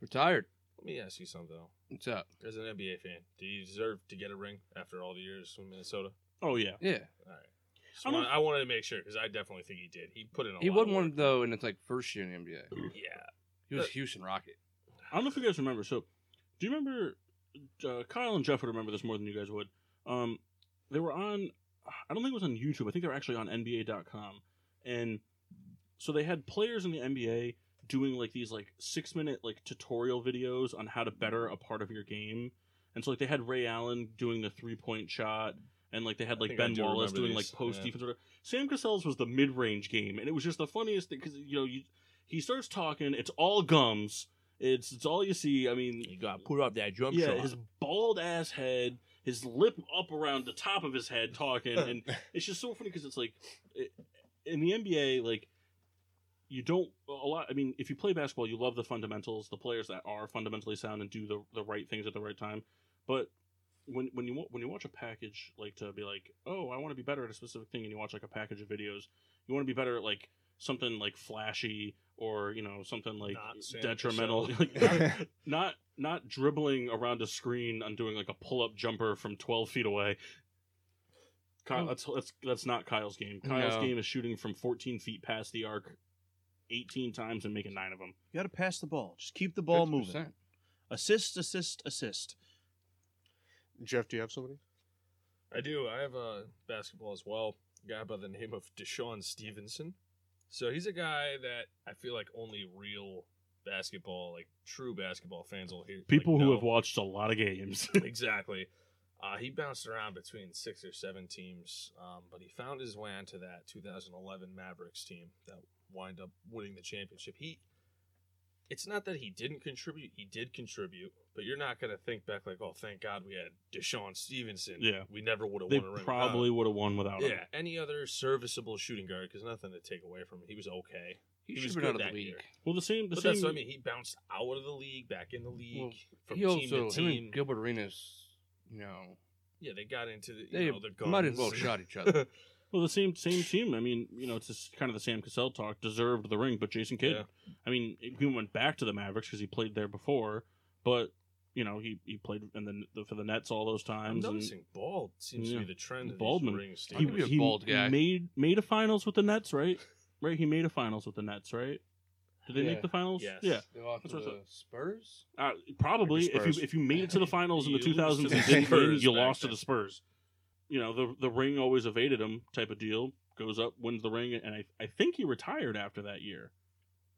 Speaker 5: Retired.
Speaker 2: Let me ask you something though.
Speaker 5: What's up?
Speaker 2: As an NBA fan, do you deserve to get a ring after all the years in Minnesota?
Speaker 1: Oh yeah.
Speaker 5: Yeah,
Speaker 2: All right. Just
Speaker 1: I don't-
Speaker 2: wanna- I wanted to make sure because I definitely think he did. He put in a
Speaker 5: he
Speaker 2: lot
Speaker 5: won
Speaker 2: of
Speaker 5: one
Speaker 2: work.
Speaker 5: though in his like first year in the NBA.
Speaker 2: Yeah.
Speaker 5: He was
Speaker 2: Uh,
Speaker 5: Houston Rocket.
Speaker 1: I don't know if you guys remember. So, do you remember? Uh, Kyle and Jeff would remember this more than you guys would. Um, they were on. I don't think it was on YouTube. I think they were actually on NBA.com, and so they had players in the NBA doing like these like six minute like tutorial videos on how to better a part of your game. And so like they had Ray Allen doing the three point shot, and like they had
Speaker 2: I
Speaker 1: like
Speaker 2: think I
Speaker 1: Ben
Speaker 2: do
Speaker 1: Wallace
Speaker 2: remember
Speaker 1: doing like
Speaker 2: these,
Speaker 1: post
Speaker 2: yeah.
Speaker 1: defense. or whatever. Sam Cassell's was the mid range game, and it was just the funniest thing because you know you he starts talking. It's all gums. It's it's all you see. I mean,
Speaker 6: You gotta put up that jump
Speaker 1: yeah,
Speaker 6: shot.
Speaker 1: his bald ass head, his lip up around the top of his head, talking, and it's just so funny because it's like it, in the NBA, like you don't a lot. I mean, if you play basketball, you love the fundamentals, the players that are fundamentally sound and do the the right things at the right time. But when when you wa- when you watch a package, like to be like, oh, I want to be better at a specific thing, and you watch like a package of videos, you want to be better at like something like flashy or you know something like
Speaker 2: Not Sam
Speaker 1: detrimental
Speaker 2: Cassell.
Speaker 1: like, not- not not dribbling around a screen and doing like a pull up jumper from twelve feet away. Kyle,
Speaker 5: Oh.
Speaker 1: that's that's that's not Kyle's game. Kyle's
Speaker 5: No.
Speaker 1: game is shooting from fourteen feet past the arc, eighteen times and making nine of them.
Speaker 3: You got to pass the ball. Just keep the ball moving.
Speaker 5: 50%.
Speaker 3: Assist, assist, assist.
Speaker 4: Jeff, do you have somebody?
Speaker 2: I do. I have uh, basketball as well. A guy by the name of Deshaun Stevenson. So he's a guy that I feel like only real basketball, like true basketball fans will hear.
Speaker 1: People
Speaker 2: like,
Speaker 1: who
Speaker 2: know.
Speaker 1: have watched a lot of games.
Speaker 2: exactly. Uh, he bounced around between six or seven teams, um, but he found his way onto that 2011 Mavericks team that wind up winning the championship. He, it's not that he didn't contribute; he did contribute, but you're not gonna think back like, "Oh, thank God we had Deshaun Stevenson."
Speaker 1: Yeah.
Speaker 2: we never would have
Speaker 1: they
Speaker 2: won a ring. without him."
Speaker 1: probably would have won without him.
Speaker 2: yeah. Any other serviceable shooting guard? Because nothing to take away from him. He was okay.
Speaker 5: He,
Speaker 2: He
Speaker 5: should
Speaker 2: was
Speaker 5: have been
Speaker 2: good
Speaker 5: out of
Speaker 2: that
Speaker 5: the league.
Speaker 2: year.
Speaker 1: Well, the same. The
Speaker 2: But
Speaker 1: same.
Speaker 2: that's what I mean. He bounced out of the league, back in the league,
Speaker 5: Well,
Speaker 2: from
Speaker 5: he
Speaker 2: team
Speaker 5: also,
Speaker 2: to
Speaker 5: him
Speaker 2: team.
Speaker 5: and Gilbert Arenas, you know,
Speaker 2: Yeah, they got into the, you
Speaker 5: they
Speaker 2: know, the guns.
Speaker 5: might as well shot each other.
Speaker 1: Well, the same same team. I mean, you know, it's just kind of the Sam Cassell talk. Deserved the ring, but Jason Kidd.
Speaker 2: Yeah.
Speaker 1: I mean, he went back to the Mavericks because he played there before, but you know, he, he played in the, the for the Nets all those
Speaker 2: I'm
Speaker 1: times. and
Speaker 2: noticing bald seems
Speaker 1: Yeah.
Speaker 2: to be the trend of
Speaker 1: Baldwin.
Speaker 2: these rings.
Speaker 5: He
Speaker 2: dude.
Speaker 5: was- a bald guy.
Speaker 1: made made a finals with the Nets, right? Right, he made a finals with the Nets, right? Did they
Speaker 5: Yeah.
Speaker 1: make the finals?
Speaker 2: Yes.
Speaker 1: Yeah,
Speaker 5: They lost
Speaker 1: That's
Speaker 5: to
Speaker 1: what I
Speaker 5: the Spurs.
Speaker 1: uh, probably.
Speaker 4: Like the
Speaker 1: If you
Speaker 4: Spurs.
Speaker 1: if you made it to the finals in the
Speaker 2: You lose to
Speaker 1: 2000s and
Speaker 2: the
Speaker 1: didn't win,
Speaker 2: Spurs
Speaker 1: you
Speaker 2: back
Speaker 1: lost to
Speaker 2: then.
Speaker 1: the Spurs. You know, the the ring always evaded him, type of deal. Goes up, wins the ring, and I I think he retired after that year.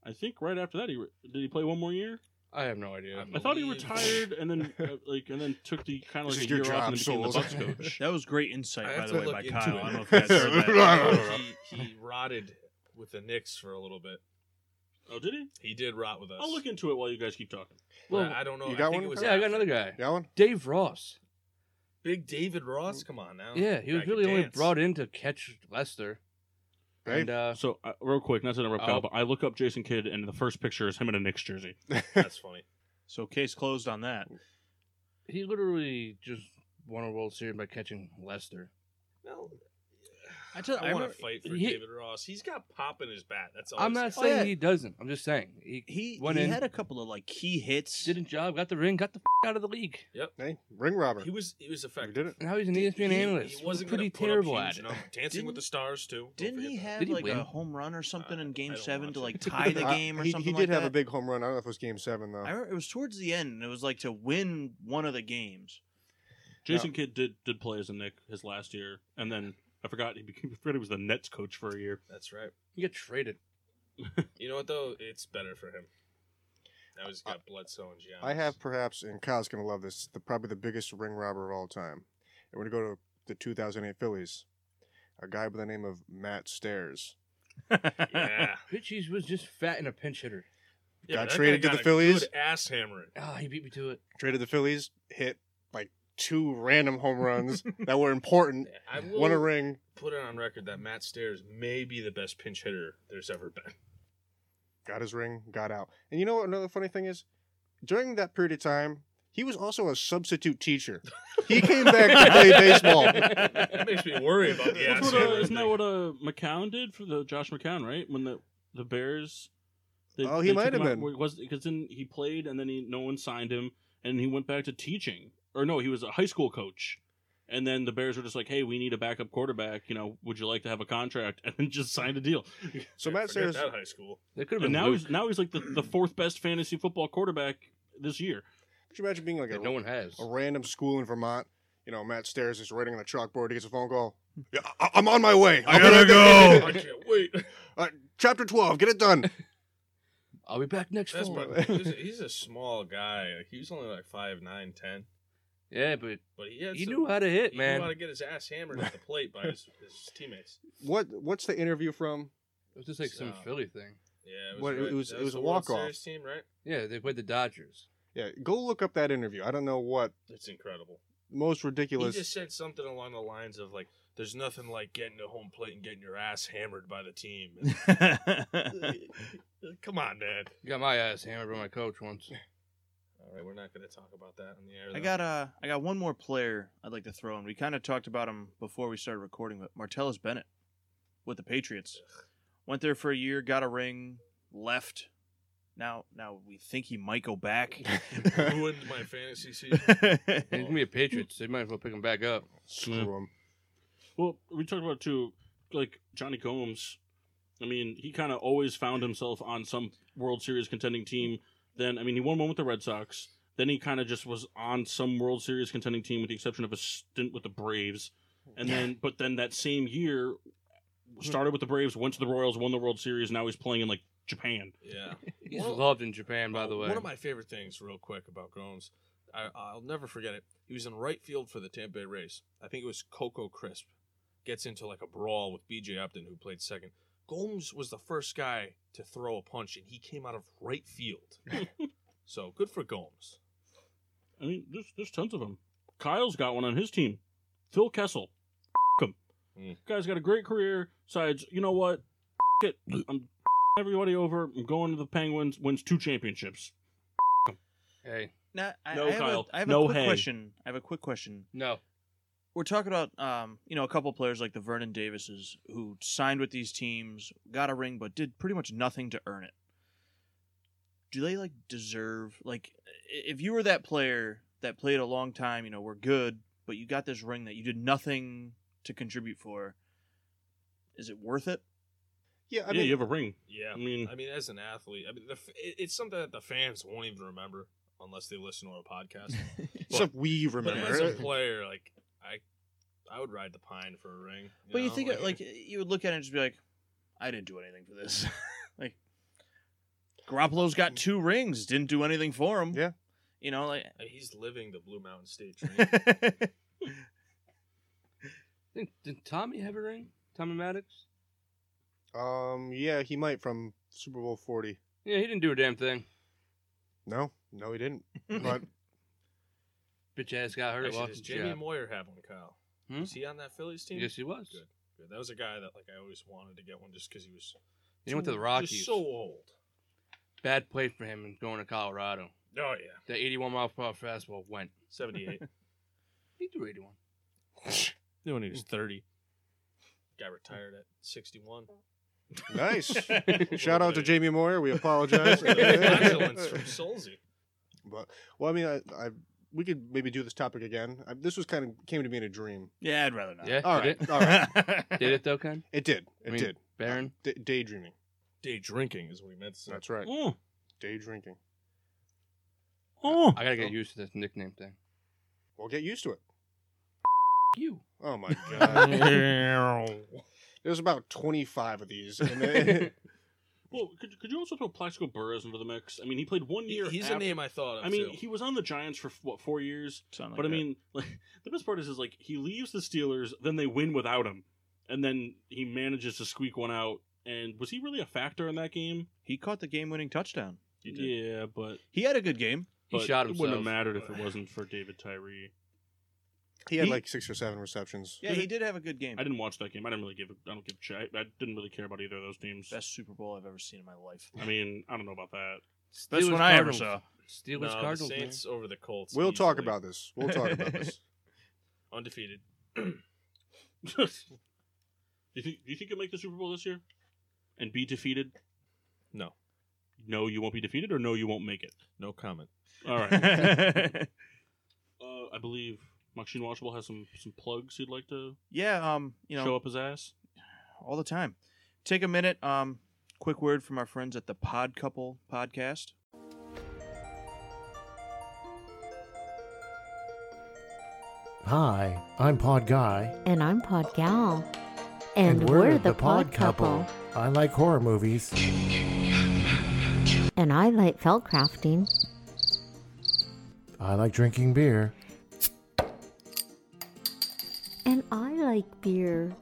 Speaker 1: I think right after that he re- did he play one more year.
Speaker 5: I have no idea.
Speaker 2: I'm-
Speaker 1: I thought he
Speaker 2: Believe.
Speaker 1: retired and then uh, like and then took the kind of
Speaker 4: This
Speaker 1: like a
Speaker 4: is your
Speaker 1: year off
Speaker 4: job,
Speaker 1: and became the
Speaker 4: Souls.
Speaker 1: Bucks coach.
Speaker 3: That was great insight,
Speaker 2: I
Speaker 3: by
Speaker 2: have
Speaker 3: the
Speaker 2: to
Speaker 3: way,
Speaker 2: look
Speaker 3: by
Speaker 2: into
Speaker 3: Kyle.
Speaker 2: it.
Speaker 3: I don't know if you guys heard that.
Speaker 2: he, he rotted with the Knicks for a little bit.
Speaker 1: Oh, did he?
Speaker 2: He did rot with us.
Speaker 1: I'll look into it while you guys keep talking.
Speaker 2: But
Speaker 5: Well,
Speaker 2: I don't know.
Speaker 4: you
Speaker 2: I
Speaker 4: got
Speaker 2: think
Speaker 4: one?
Speaker 2: It was
Speaker 5: yeah, I got
Speaker 2: after.
Speaker 5: another guy.
Speaker 4: That one?
Speaker 5: Dave Ross.
Speaker 2: Big David
Speaker 4: Mm.
Speaker 2: Ross. Come on now.
Speaker 5: Yeah, he was
Speaker 2: Guy could
Speaker 5: really only
Speaker 2: dance.
Speaker 5: brought in to catch Lester.
Speaker 4: Right?
Speaker 5: And uh,
Speaker 1: So, uh, real quick, not to interrupt,
Speaker 5: Oh.
Speaker 1: Kyle, but I look up Jason Kidd, and the first picture is him in a Knicks jersey.
Speaker 2: That's funny.
Speaker 3: So case closed on that.
Speaker 5: he literally just won a World Series by catching Lester.
Speaker 2: No,
Speaker 5: I tell-
Speaker 2: I,
Speaker 5: I
Speaker 2: want
Speaker 5: remember-
Speaker 2: to fight for
Speaker 5: he-
Speaker 2: David Ross. He's got pop in his bat. That's all.
Speaker 5: I'm
Speaker 2: I
Speaker 5: not
Speaker 2: say.
Speaker 5: saying
Speaker 3: yeah.
Speaker 5: he doesn't. I'm just saying he
Speaker 3: He
Speaker 5: Went
Speaker 3: he
Speaker 5: in.
Speaker 3: had a couple of like key hits.
Speaker 5: did a job, got the ring, got the f- out of the league.
Speaker 4: Hey, ring robber.
Speaker 2: He was. He was
Speaker 4: We
Speaker 2: effective.
Speaker 4: did it.
Speaker 5: And now he's an E
Speaker 2: He-
Speaker 5: ESPN
Speaker 2: he-
Speaker 5: analyst.
Speaker 2: He wasn't gonna
Speaker 5: pretty
Speaker 2: put up
Speaker 5: terrible
Speaker 2: huge
Speaker 5: at it.
Speaker 2: numbers. Dancing with
Speaker 3: Didn't-
Speaker 2: the Stars too. Don't
Speaker 3: Didn't he
Speaker 2: forget that.
Speaker 5: Did
Speaker 3: have
Speaker 5: he
Speaker 3: like
Speaker 5: win?
Speaker 3: a home run or something
Speaker 2: I-
Speaker 3: in Game
Speaker 2: Uh, I don't
Speaker 3: Seven
Speaker 2: watch
Speaker 3: to
Speaker 2: it.
Speaker 3: like tie the
Speaker 4: Uh,
Speaker 3: game or
Speaker 4: he,
Speaker 3: something?
Speaker 4: he did
Speaker 3: like
Speaker 4: have
Speaker 3: that?
Speaker 4: a big home run. I don't know if it was game seven though.
Speaker 3: I remember it was towards the end. and It was like to win one of the games.
Speaker 1: Jason Kidd did did play as a Nick his last year, and then I forgot he became, I forgot he was the Nets coach for a year.
Speaker 2: That's right.
Speaker 5: He got traded.
Speaker 2: You know what though? It's better for him. Now he's got Bledsoe and Giannis.
Speaker 4: I have perhaps, and Kyle's gonna love this, the probably the biggest ring robber of all time. And we're gonna go to the 2008 Phillies. A guy by the name of Matt Stairs
Speaker 2: Yeah.
Speaker 5: Pitchies was just fat and a pinch hitter.
Speaker 2: Yeah,
Speaker 4: Got
Speaker 2: that guy
Speaker 4: traded to
Speaker 2: got
Speaker 4: the
Speaker 2: a
Speaker 4: Phillies?
Speaker 2: Good ass hammering.
Speaker 5: Ah, he beat me to it.
Speaker 4: traded the Phillies, hit like two random home runs that were important,
Speaker 2: I will
Speaker 4: won a ring.
Speaker 2: put it on record that Matt Stairs may be the best pinch hitter there's ever been.
Speaker 4: got his ring, got out. And you know what another funny thing is? During that period of time, he was also a substitute teacher. He came back to play baseball.
Speaker 2: That makes me worry about the
Speaker 4: Yeah,
Speaker 1: That's
Speaker 2: ass
Speaker 1: what, uh,
Speaker 2: hammering.
Speaker 1: isn't that
Speaker 2: thing.
Speaker 1: what uh, McCown did for the Josh McCown, right? When the the Bears. They,
Speaker 4: Oh, he
Speaker 1: they
Speaker 4: might
Speaker 1: took
Speaker 4: have
Speaker 1: him out-
Speaker 4: been.
Speaker 1: well, it Was because then he played, and then he no one signed him, and he went back to teaching. Or no, he was a high school coach, and then the Bears were just like, "Hey, we need a backup quarterback. You know, would you like to have a contract?" And then just signed a deal.
Speaker 4: So
Speaker 2: Yeah,
Speaker 4: Matt
Speaker 2: forget
Speaker 4: Stairs,
Speaker 2: that high school.
Speaker 5: They could have
Speaker 1: And
Speaker 5: been
Speaker 1: now
Speaker 5: Luke,
Speaker 1: he's now he's like the, the fourth best fantasy football quarterback this year.
Speaker 4: could you imagine being like a,
Speaker 5: that no one has.
Speaker 4: a random school in Vermont? You know, Matt Stairs is writing on the chalkboard. He gets a phone call. Yeah, I- I'm on my way.
Speaker 6: I gotta go.
Speaker 2: I can't wait.
Speaker 4: Uh, chapter 12, get it done.
Speaker 5: I'll be back next
Speaker 2: That's
Speaker 5: fall.
Speaker 2: my, he's, a, he's a small guy. Like, he was only like five nine ten,
Speaker 5: Yeah, but
Speaker 2: but he had
Speaker 5: he
Speaker 2: some-
Speaker 5: knew how to hit,
Speaker 2: he
Speaker 5: man.
Speaker 2: knew how to get his ass hammered at the plate by his, his teammates.
Speaker 4: What What's the interview from?
Speaker 5: It was just like some
Speaker 2: So-
Speaker 5: Philly thing.
Speaker 2: Yeah, it was,
Speaker 4: What, it
Speaker 2: right-
Speaker 4: was-
Speaker 2: that
Speaker 4: it was a
Speaker 2: the World
Speaker 4: walk-off.
Speaker 2: Series team, right?
Speaker 5: Yeah, they played the Dodgers.
Speaker 4: Yeah, go look up that interview. I don't know what
Speaker 2: It's incredible.
Speaker 4: most
Speaker 2: He
Speaker 4: ridiculous.
Speaker 2: just said something along the lines of like, "There's nothing like getting to home plate and getting your ass hammered by the team." Come on, Dad.
Speaker 5: You got my ass hammered by my coach once.
Speaker 2: All right, we're not going to talk about that on the air.
Speaker 3: I
Speaker 2: though.
Speaker 3: got uh, I got one more player I'd like to throw in. We kind of talked about him before we started recording, but Martellus Bennett with the Patriots went there for a year, got a ring, left. Now, now we think he might go back.
Speaker 2: ruined my fantasy season.
Speaker 5: And he's gonna be a Patriots, so you might as well pick him back up.
Speaker 4: Screw him.
Speaker 1: Well, we talked about too, like Johnny Combs. I mean, he kind of always found himself on some World Series contending team. Then, I mean, he won one with the Red Sox. Then he kind of just was on some World Series contending team, with the exception of a stint with the Braves. And then, but then that same year, started with the Braves, went to the Royals, won the World Series. Now he's playing in like Japan.
Speaker 2: yeah.
Speaker 5: He's
Speaker 2: Well,
Speaker 5: loved in Japan, by the way.
Speaker 2: One of my favorite things, real quick, about Gomes, I, I'll never forget it. He was in right field for the Tampa Bay Rays. I think it was Coco Crisp. Gets into like a brawl with B.J. Upton, who played second. Gomes was the first guy to throw a punch, and he came out of right field. so good for Gomes.
Speaker 1: I mean, there's there's tons of them. Kyle's got one on his team. Phil Kessel, F- him.
Speaker 2: Mm.
Speaker 1: Guy's got a great career. Sides, you know what? F- it. I'm f- everybody over. I'm going to the Penguins. Wins two championships.
Speaker 5: hey,
Speaker 3: now, I,
Speaker 1: No,
Speaker 3: I have
Speaker 1: Kyle.
Speaker 3: A, I have
Speaker 1: No
Speaker 3: a quick
Speaker 1: hay.
Speaker 3: question. I have a quick question.
Speaker 5: no,
Speaker 3: We're talking about, um, you know, a couple players like the Vernon Davises who signed with these teams, got a ring, but did pretty much nothing to earn it. Do they like deserve like i- if you were that player that played a long time, you know, we're good, but you got this ring that you did nothing to contribute for? Is it worth it?
Speaker 4: Yeah, I
Speaker 1: yeah,
Speaker 4: mean,
Speaker 1: you have a ring.
Speaker 2: Yeah.
Speaker 1: I mean,
Speaker 2: I mean, as an athlete, I mean, the, f- it- it's something that the fans won't even remember unless they listen to our podcast.
Speaker 4: except we
Speaker 2: but
Speaker 4: remember.
Speaker 2: as a
Speaker 4: it.
Speaker 2: player, like I, I would ride the pine for a ring.
Speaker 3: But you
Speaker 2: know?
Speaker 3: think like you would look at it and just be like, I didn't do anything for this. like Garoppolo's got two rings, didn't do anything for him.
Speaker 4: Yeah.
Speaker 3: You know, like
Speaker 2: I mean, he's living the Blue Mountain State dream.
Speaker 5: did, did Tommy have a ring? Tommy Maddox?
Speaker 4: Um, yeah, he might from Super Bowl forty.
Speaker 5: Yeah, he didn't do a damn thing.
Speaker 4: No, no, he didn't. But
Speaker 5: Bitch ass got hurt.
Speaker 2: Actually,
Speaker 5: lost
Speaker 2: does
Speaker 5: his
Speaker 2: Jamie
Speaker 5: job.
Speaker 2: Moyer have one, Kyle?
Speaker 5: Hmm?
Speaker 2: Was he on that Phillies team?
Speaker 5: Yes, he was.
Speaker 2: Good. Good. That was a guy that like I always wanted to get one just because he was.
Speaker 5: He went to
Speaker 2: too-
Speaker 5: the Rockies.
Speaker 2: Just so old.
Speaker 5: Bad play for him in going to Colorado.
Speaker 2: Oh yeah,
Speaker 5: That 81 mile per hour fastball went.
Speaker 2: seventy-eight.
Speaker 5: He threw 81.
Speaker 2: no, when he was thirty. Guy retired at 61.
Speaker 4: Nice.
Speaker 2: Little
Speaker 4: Shout out to
Speaker 2: bit.
Speaker 4: Jamie Moyer. We apologize.
Speaker 2: Excellence from Solzy.
Speaker 4: but well, I mean, I, I we could maybe do this topic again. I, this was kind of came to me in a dream.
Speaker 3: Yeah, I'd rather not.
Speaker 5: Yeah,
Speaker 4: All
Speaker 5: did
Speaker 4: right, all right.
Speaker 5: it? Did it though, Ken?
Speaker 4: It did. It
Speaker 5: I mean,
Speaker 4: did.
Speaker 5: Baron?
Speaker 4: D- daydreaming.
Speaker 2: Day drinking is what he meant. to say.
Speaker 4: That's right.
Speaker 1: Oh,
Speaker 4: Day drinking.
Speaker 1: oh.
Speaker 5: I gotta get used to this nickname thing.
Speaker 4: Well, get used to it.
Speaker 5: You.
Speaker 4: Oh my god. There's about 25 of these. And then-
Speaker 1: Well, could, could you also throw Plaxico Burress into the mix? I mean, he played one year.
Speaker 2: He- He's
Speaker 1: after,
Speaker 2: a name I thought of.
Speaker 1: I mean,
Speaker 2: too.
Speaker 1: he was on the Giants for what four years?
Speaker 3: Something like
Speaker 1: but I
Speaker 3: that.
Speaker 1: mean, like, the best part is, is like he leaves the Steelers, then they win without him, and then he manages to squeak one out. And was he really a factor in that game?
Speaker 3: he caught the game-winning touchdown.
Speaker 2: He did.
Speaker 1: Yeah, but,
Speaker 3: He had a good game.
Speaker 5: He
Speaker 1: but
Speaker 5: shot
Speaker 1: It wouldn't have
Speaker 5: himself.
Speaker 1: mattered if it wasn't for David Tyree.
Speaker 4: he had
Speaker 3: He-
Speaker 4: like six or seven receptions.
Speaker 3: Yeah, he did have a good game.
Speaker 1: I didn't watch that game. I didn't really give. a- I don't give a shit. I, I didn't really care about either of those teams.
Speaker 3: Best Super Bowl I've ever seen in my life.
Speaker 1: I mean, I don't know about that.
Speaker 3: Best
Speaker 5: Steelers
Speaker 3: one I ever
Speaker 5: Cardinals.
Speaker 3: saw.
Speaker 5: Steelers
Speaker 2: No, the
Speaker 5: Cardinals. man.
Speaker 2: Saints over the Colts.
Speaker 4: We'll talk
Speaker 2: easily.
Speaker 4: about this. We'll talk about this.
Speaker 2: undefeated.
Speaker 1: do you think? Do you think you'll make the Super Bowl this year, and be defeated?
Speaker 2: No.
Speaker 1: No, you won't be defeated, or no, you won't make it.
Speaker 6: No comment.
Speaker 1: All right.
Speaker 3: right.
Speaker 1: uh, I believe Machine Watchable has some some plugs he'd like to
Speaker 3: yeah, um, you know,
Speaker 1: show up his ass.
Speaker 3: all the time. Take a minute. Um, quick word from our friends at the Pod Couple podcast.
Speaker 7: Hi, I'm Pod Guy,
Speaker 8: And I'm Pod Gal. And, we're, the, Pod Couple.
Speaker 7: I like horror movies.
Speaker 8: And I like felt crafting.
Speaker 7: I like drinking beer.
Speaker 8: And I like beer.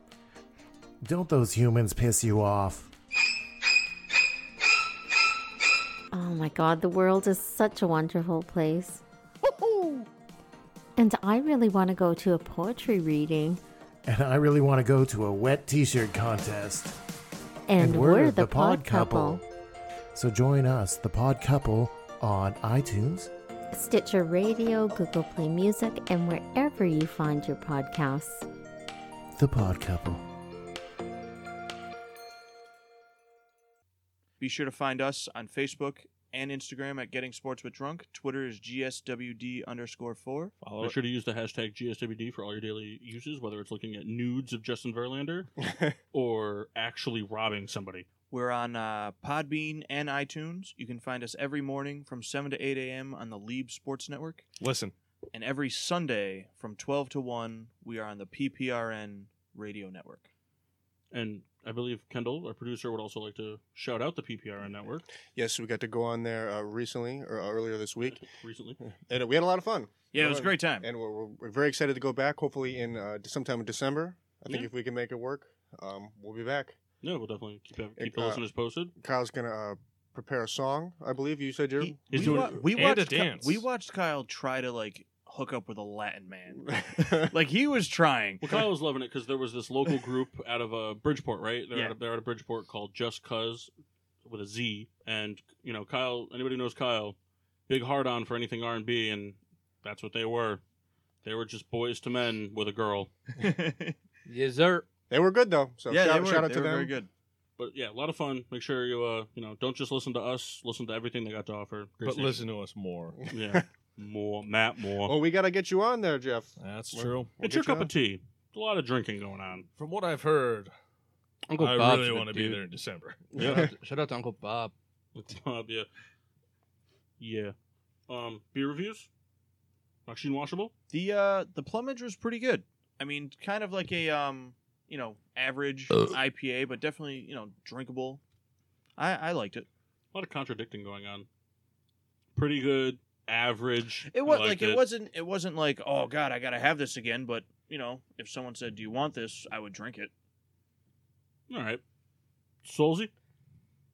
Speaker 7: Don't those humans piss you off?
Speaker 8: Oh my god, the world is such a wonderful place. And I really want to go to a poetry reading.
Speaker 7: And I really want to go to a wet t shirt contest.
Speaker 8: And, we're, the, Pod, couple.
Speaker 7: So join us, the Pod Couple, on iTunes.
Speaker 8: Stitcher Radio, Google Play Music, and wherever you find your podcasts.
Speaker 7: The Pod Couple.
Speaker 3: Be sure to find us on Facebook and Instagram at Getting Sports with Drunk. Twitter is GSWD underscore four.
Speaker 1: Make sure to use the hashtag GSWD for all your daily uses, whether it's looking at nudes of Justin Verlander or actually robbing somebody.
Speaker 3: We're on uh, Podbean and iTunes. You can find us every morning from 7 to 8 a.m. on the Lieb Sports Network.
Speaker 2: Listen,
Speaker 3: And every Sunday from 12 to 1, we are on the PPRN Radio Network.
Speaker 1: And I believe Kendall, our producer, would also like to shout out the PPRN network
Speaker 4: yes, we got to go on there uh, recently or uh, earlier this week,
Speaker 1: recently.
Speaker 4: and uh, we had a lot of fun.
Speaker 3: Yeah, it was a great time.
Speaker 4: And we're, we're- we're very excited to go back. Hopefully, in uh, sometime in December. I think
Speaker 1: Yeah.
Speaker 4: if we can make it work, um, we'll be back.
Speaker 1: No, we'll definitely keep keep
Speaker 4: It,
Speaker 1: the
Speaker 4: uh,
Speaker 1: listeners posted.
Speaker 4: Kyle's gonna uh, prepare a song. I believe you said you're.
Speaker 3: He-
Speaker 1: He's
Speaker 3: we,
Speaker 1: doing-
Speaker 3: wa- we
Speaker 2: and a
Speaker 3: watched Ky-
Speaker 2: dance.
Speaker 3: we watched Kyle try to like hook up with a Latin man. like he was trying.
Speaker 1: Well, Kyle was loving it because there was this local group out of uh, Bridgeport, right? They're,
Speaker 3: Yeah.
Speaker 1: out of, they're out of Bridgeport called Just Cuz with a Z, and you know, Kyle. Anybody who knows Kyle, big hard on for anything R and B, and that's what they were. They were just boys to men with a girl.
Speaker 5: Yes, sir.
Speaker 4: They were good though. So
Speaker 3: yeah,
Speaker 4: shout,
Speaker 3: they were,
Speaker 4: shout out
Speaker 3: they
Speaker 4: to
Speaker 3: were
Speaker 4: them.
Speaker 3: very good.
Speaker 1: But yeah, a lot of fun. Make sure you uh, you know, don't just listen to us. Listen to everything they got to offer. Great
Speaker 2: but
Speaker 1: station.
Speaker 2: listen Oh, to us more.
Speaker 1: yeah, more Matt, more.
Speaker 4: Well, we gotta get you on there, Jeff.
Speaker 2: That's
Speaker 4: We're-
Speaker 2: true.
Speaker 4: we'll
Speaker 1: it's your
Speaker 4: get you
Speaker 1: cup of tea. There's a lot of drinking going on.
Speaker 2: From what I've heard,
Speaker 5: Uncle
Speaker 2: I
Speaker 5: Bob's
Speaker 2: really
Speaker 5: the
Speaker 2: want to be
Speaker 5: dude.
Speaker 2: there in December.
Speaker 5: Shout out, to, shout out to Uncle Bob.
Speaker 1: With Bob, yeah, yeah. Um, beer reviews. Machine washable.
Speaker 3: The uh the plumage was pretty good. I mean, kind of like a um, you know, average IPA, but definitely, you know, drinkable. I I liked it.
Speaker 1: A lot of contradicting going on. Pretty good, average.
Speaker 3: It was
Speaker 1: I
Speaker 3: like
Speaker 1: liked
Speaker 3: it wasn't it wasn't like, "Oh god, I got to have this again," but, you know, if someone said, "Do you want this?" I would drink it.
Speaker 1: All right, Soulsy.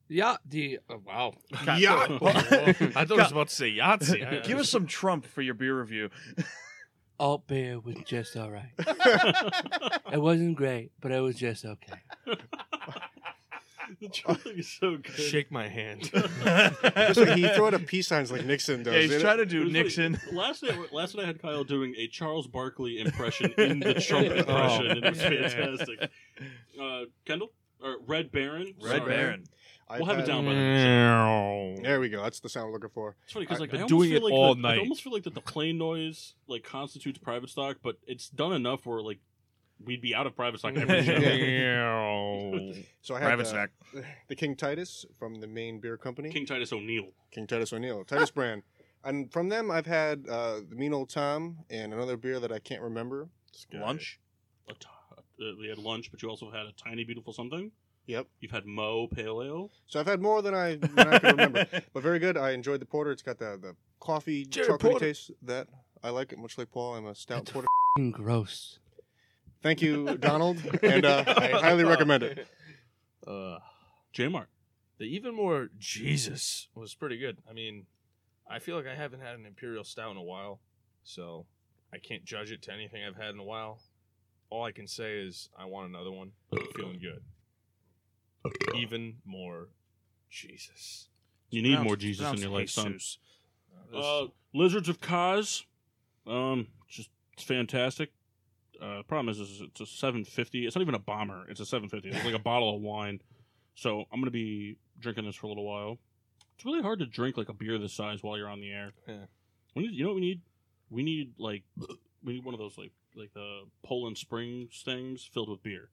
Speaker 5: Yeah, the oh, wow.
Speaker 1: Yeah.
Speaker 2: I thought I was about to say Yahtzee. I-
Speaker 3: Give us some Trump for your beer review.
Speaker 5: Alt beer was just all right. it wasn't great, but it was just okay.
Speaker 1: The Trump thing is so good.
Speaker 2: Shake my hand.
Speaker 4: Just like he threw out a peace signs like Nixon does.
Speaker 3: yeah, he's
Speaker 4: didn't
Speaker 3: trying to
Speaker 1: It
Speaker 3: do
Speaker 1: was funny.
Speaker 3: Nixon.
Speaker 1: Last night, last night I had Kyle doing a Charles Barkley impression in the Trump impression, and it
Speaker 2: Oh,
Speaker 1: was fantastic. Uh, Kendall or Red Baron?
Speaker 3: Red
Speaker 1: Sorry.
Speaker 3: Baron.
Speaker 4: I
Speaker 1: We'll have it
Speaker 4: had-
Speaker 1: down by then.
Speaker 2: yeah.
Speaker 4: There we go. That's the sound we're looking for.
Speaker 1: It's funny because
Speaker 2: I've
Speaker 1: like
Speaker 2: been
Speaker 1: I almost
Speaker 2: doing
Speaker 1: feel
Speaker 2: it
Speaker 1: like
Speaker 2: all
Speaker 1: the-
Speaker 2: night.
Speaker 1: I almost feel like that the plane noise like constitutes private stock, but it's done enough where like we'd be out of private stock every show.
Speaker 4: Yeah. So I had
Speaker 2: Private
Speaker 4: the,
Speaker 2: snack.
Speaker 4: the King Titus from the main beer company.
Speaker 1: King Titus O'Neill.
Speaker 4: King Titus O'Neill, Titus brand. And from them, I've had uh, the Mean Old Tom and another beer that I can't remember.
Speaker 3: Lunch.
Speaker 1: A t- uh, we had lunch, but you also had a tiny beautiful something.
Speaker 4: Yep.
Speaker 1: You've had Mo Pale Ale.
Speaker 4: So I've had more than I, than I can remember. But very good. I enjoyed the porter. It's got the, the coffee
Speaker 2: Jerry
Speaker 4: chocolate
Speaker 2: Porter.
Speaker 4: taste that I like it, much like Paul. I'm a stout
Speaker 5: That's
Speaker 4: porter.
Speaker 5: F***ing gross.
Speaker 4: Thank you, Donald. And uh, I highly recommend it.
Speaker 2: Uh,
Speaker 1: J Mart.
Speaker 2: the even more Jesus was pretty good. I mean, I feel like I haven't had an imperial stout in a while, so I can't judge it to anything I've had in a while. All I can say is I want another one. I'm feeling good. Even more Jesus.
Speaker 1: You need
Speaker 3: Pronounce-
Speaker 1: more Jesus in
Speaker 3: pronounce
Speaker 1: your life, son.
Speaker 3: Jesus.
Speaker 1: Uh, Lizards of Kaz. Um, just it's fantastic. Uh, problem is, is it's a 750. It's not even a bomber. It's a 750. It's like a bottle of wine. So I'm gonna be drinking this for a little while. It's really hard to drink like a beer this size while you're on the air.
Speaker 2: Yeah.
Speaker 1: We need, you know what we need? We need like we need one of those like like the Poland Springs things filled with beer.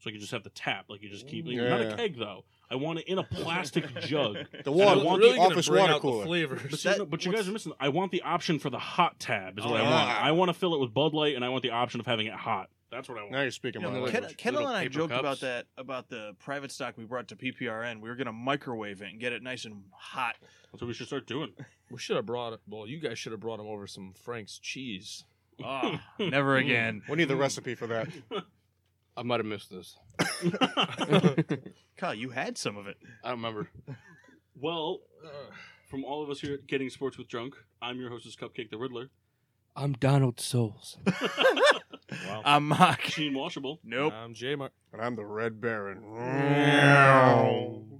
Speaker 1: So you can just have the tap. Like you just keep like, not a
Speaker 4: Yeah.
Speaker 1: keg though. I want it in a plastic jug.
Speaker 4: The
Speaker 1: I
Speaker 4: water,
Speaker 1: don't want
Speaker 4: the office water cooler.
Speaker 1: But,
Speaker 2: flavors.
Speaker 1: see, no, but you guys are missing. I want the option for the hot tab. Is what I
Speaker 4: Oh,
Speaker 1: want.
Speaker 4: yeah.
Speaker 1: I want to fill it with Bud Light, and I want the option of having it hot. That's what I want.
Speaker 4: Now you're speaking
Speaker 3: You
Speaker 4: my
Speaker 3: know,
Speaker 5: like
Speaker 3: Ken,
Speaker 4: language.
Speaker 3: Kendall
Speaker 5: little
Speaker 3: and I
Speaker 5: paper
Speaker 3: joked
Speaker 5: cups.
Speaker 3: about that about the private stock we brought to PPRN. We were gonna microwave it and get it nice and hot.
Speaker 1: That's what we should start doing.
Speaker 2: we should have brought. Well, you guys should have brought him over some Frank's cheese.
Speaker 3: Ah,
Speaker 1: Mm.
Speaker 3: never again.
Speaker 4: We need the recipe for that.
Speaker 5: I might have missed this.
Speaker 3: Kyle, you had some of it.
Speaker 5: I don't remember.
Speaker 1: well, from all of us here at Getting Sports with Drunk, I'm your hostess, Cupcake the Riddler.
Speaker 5: I'm Donald Souls.
Speaker 1: Wow.
Speaker 3: I'm mock.
Speaker 1: Gene Washable.
Speaker 3: Nope.
Speaker 2: I'm J Mark.
Speaker 4: And I'm the Red Baron.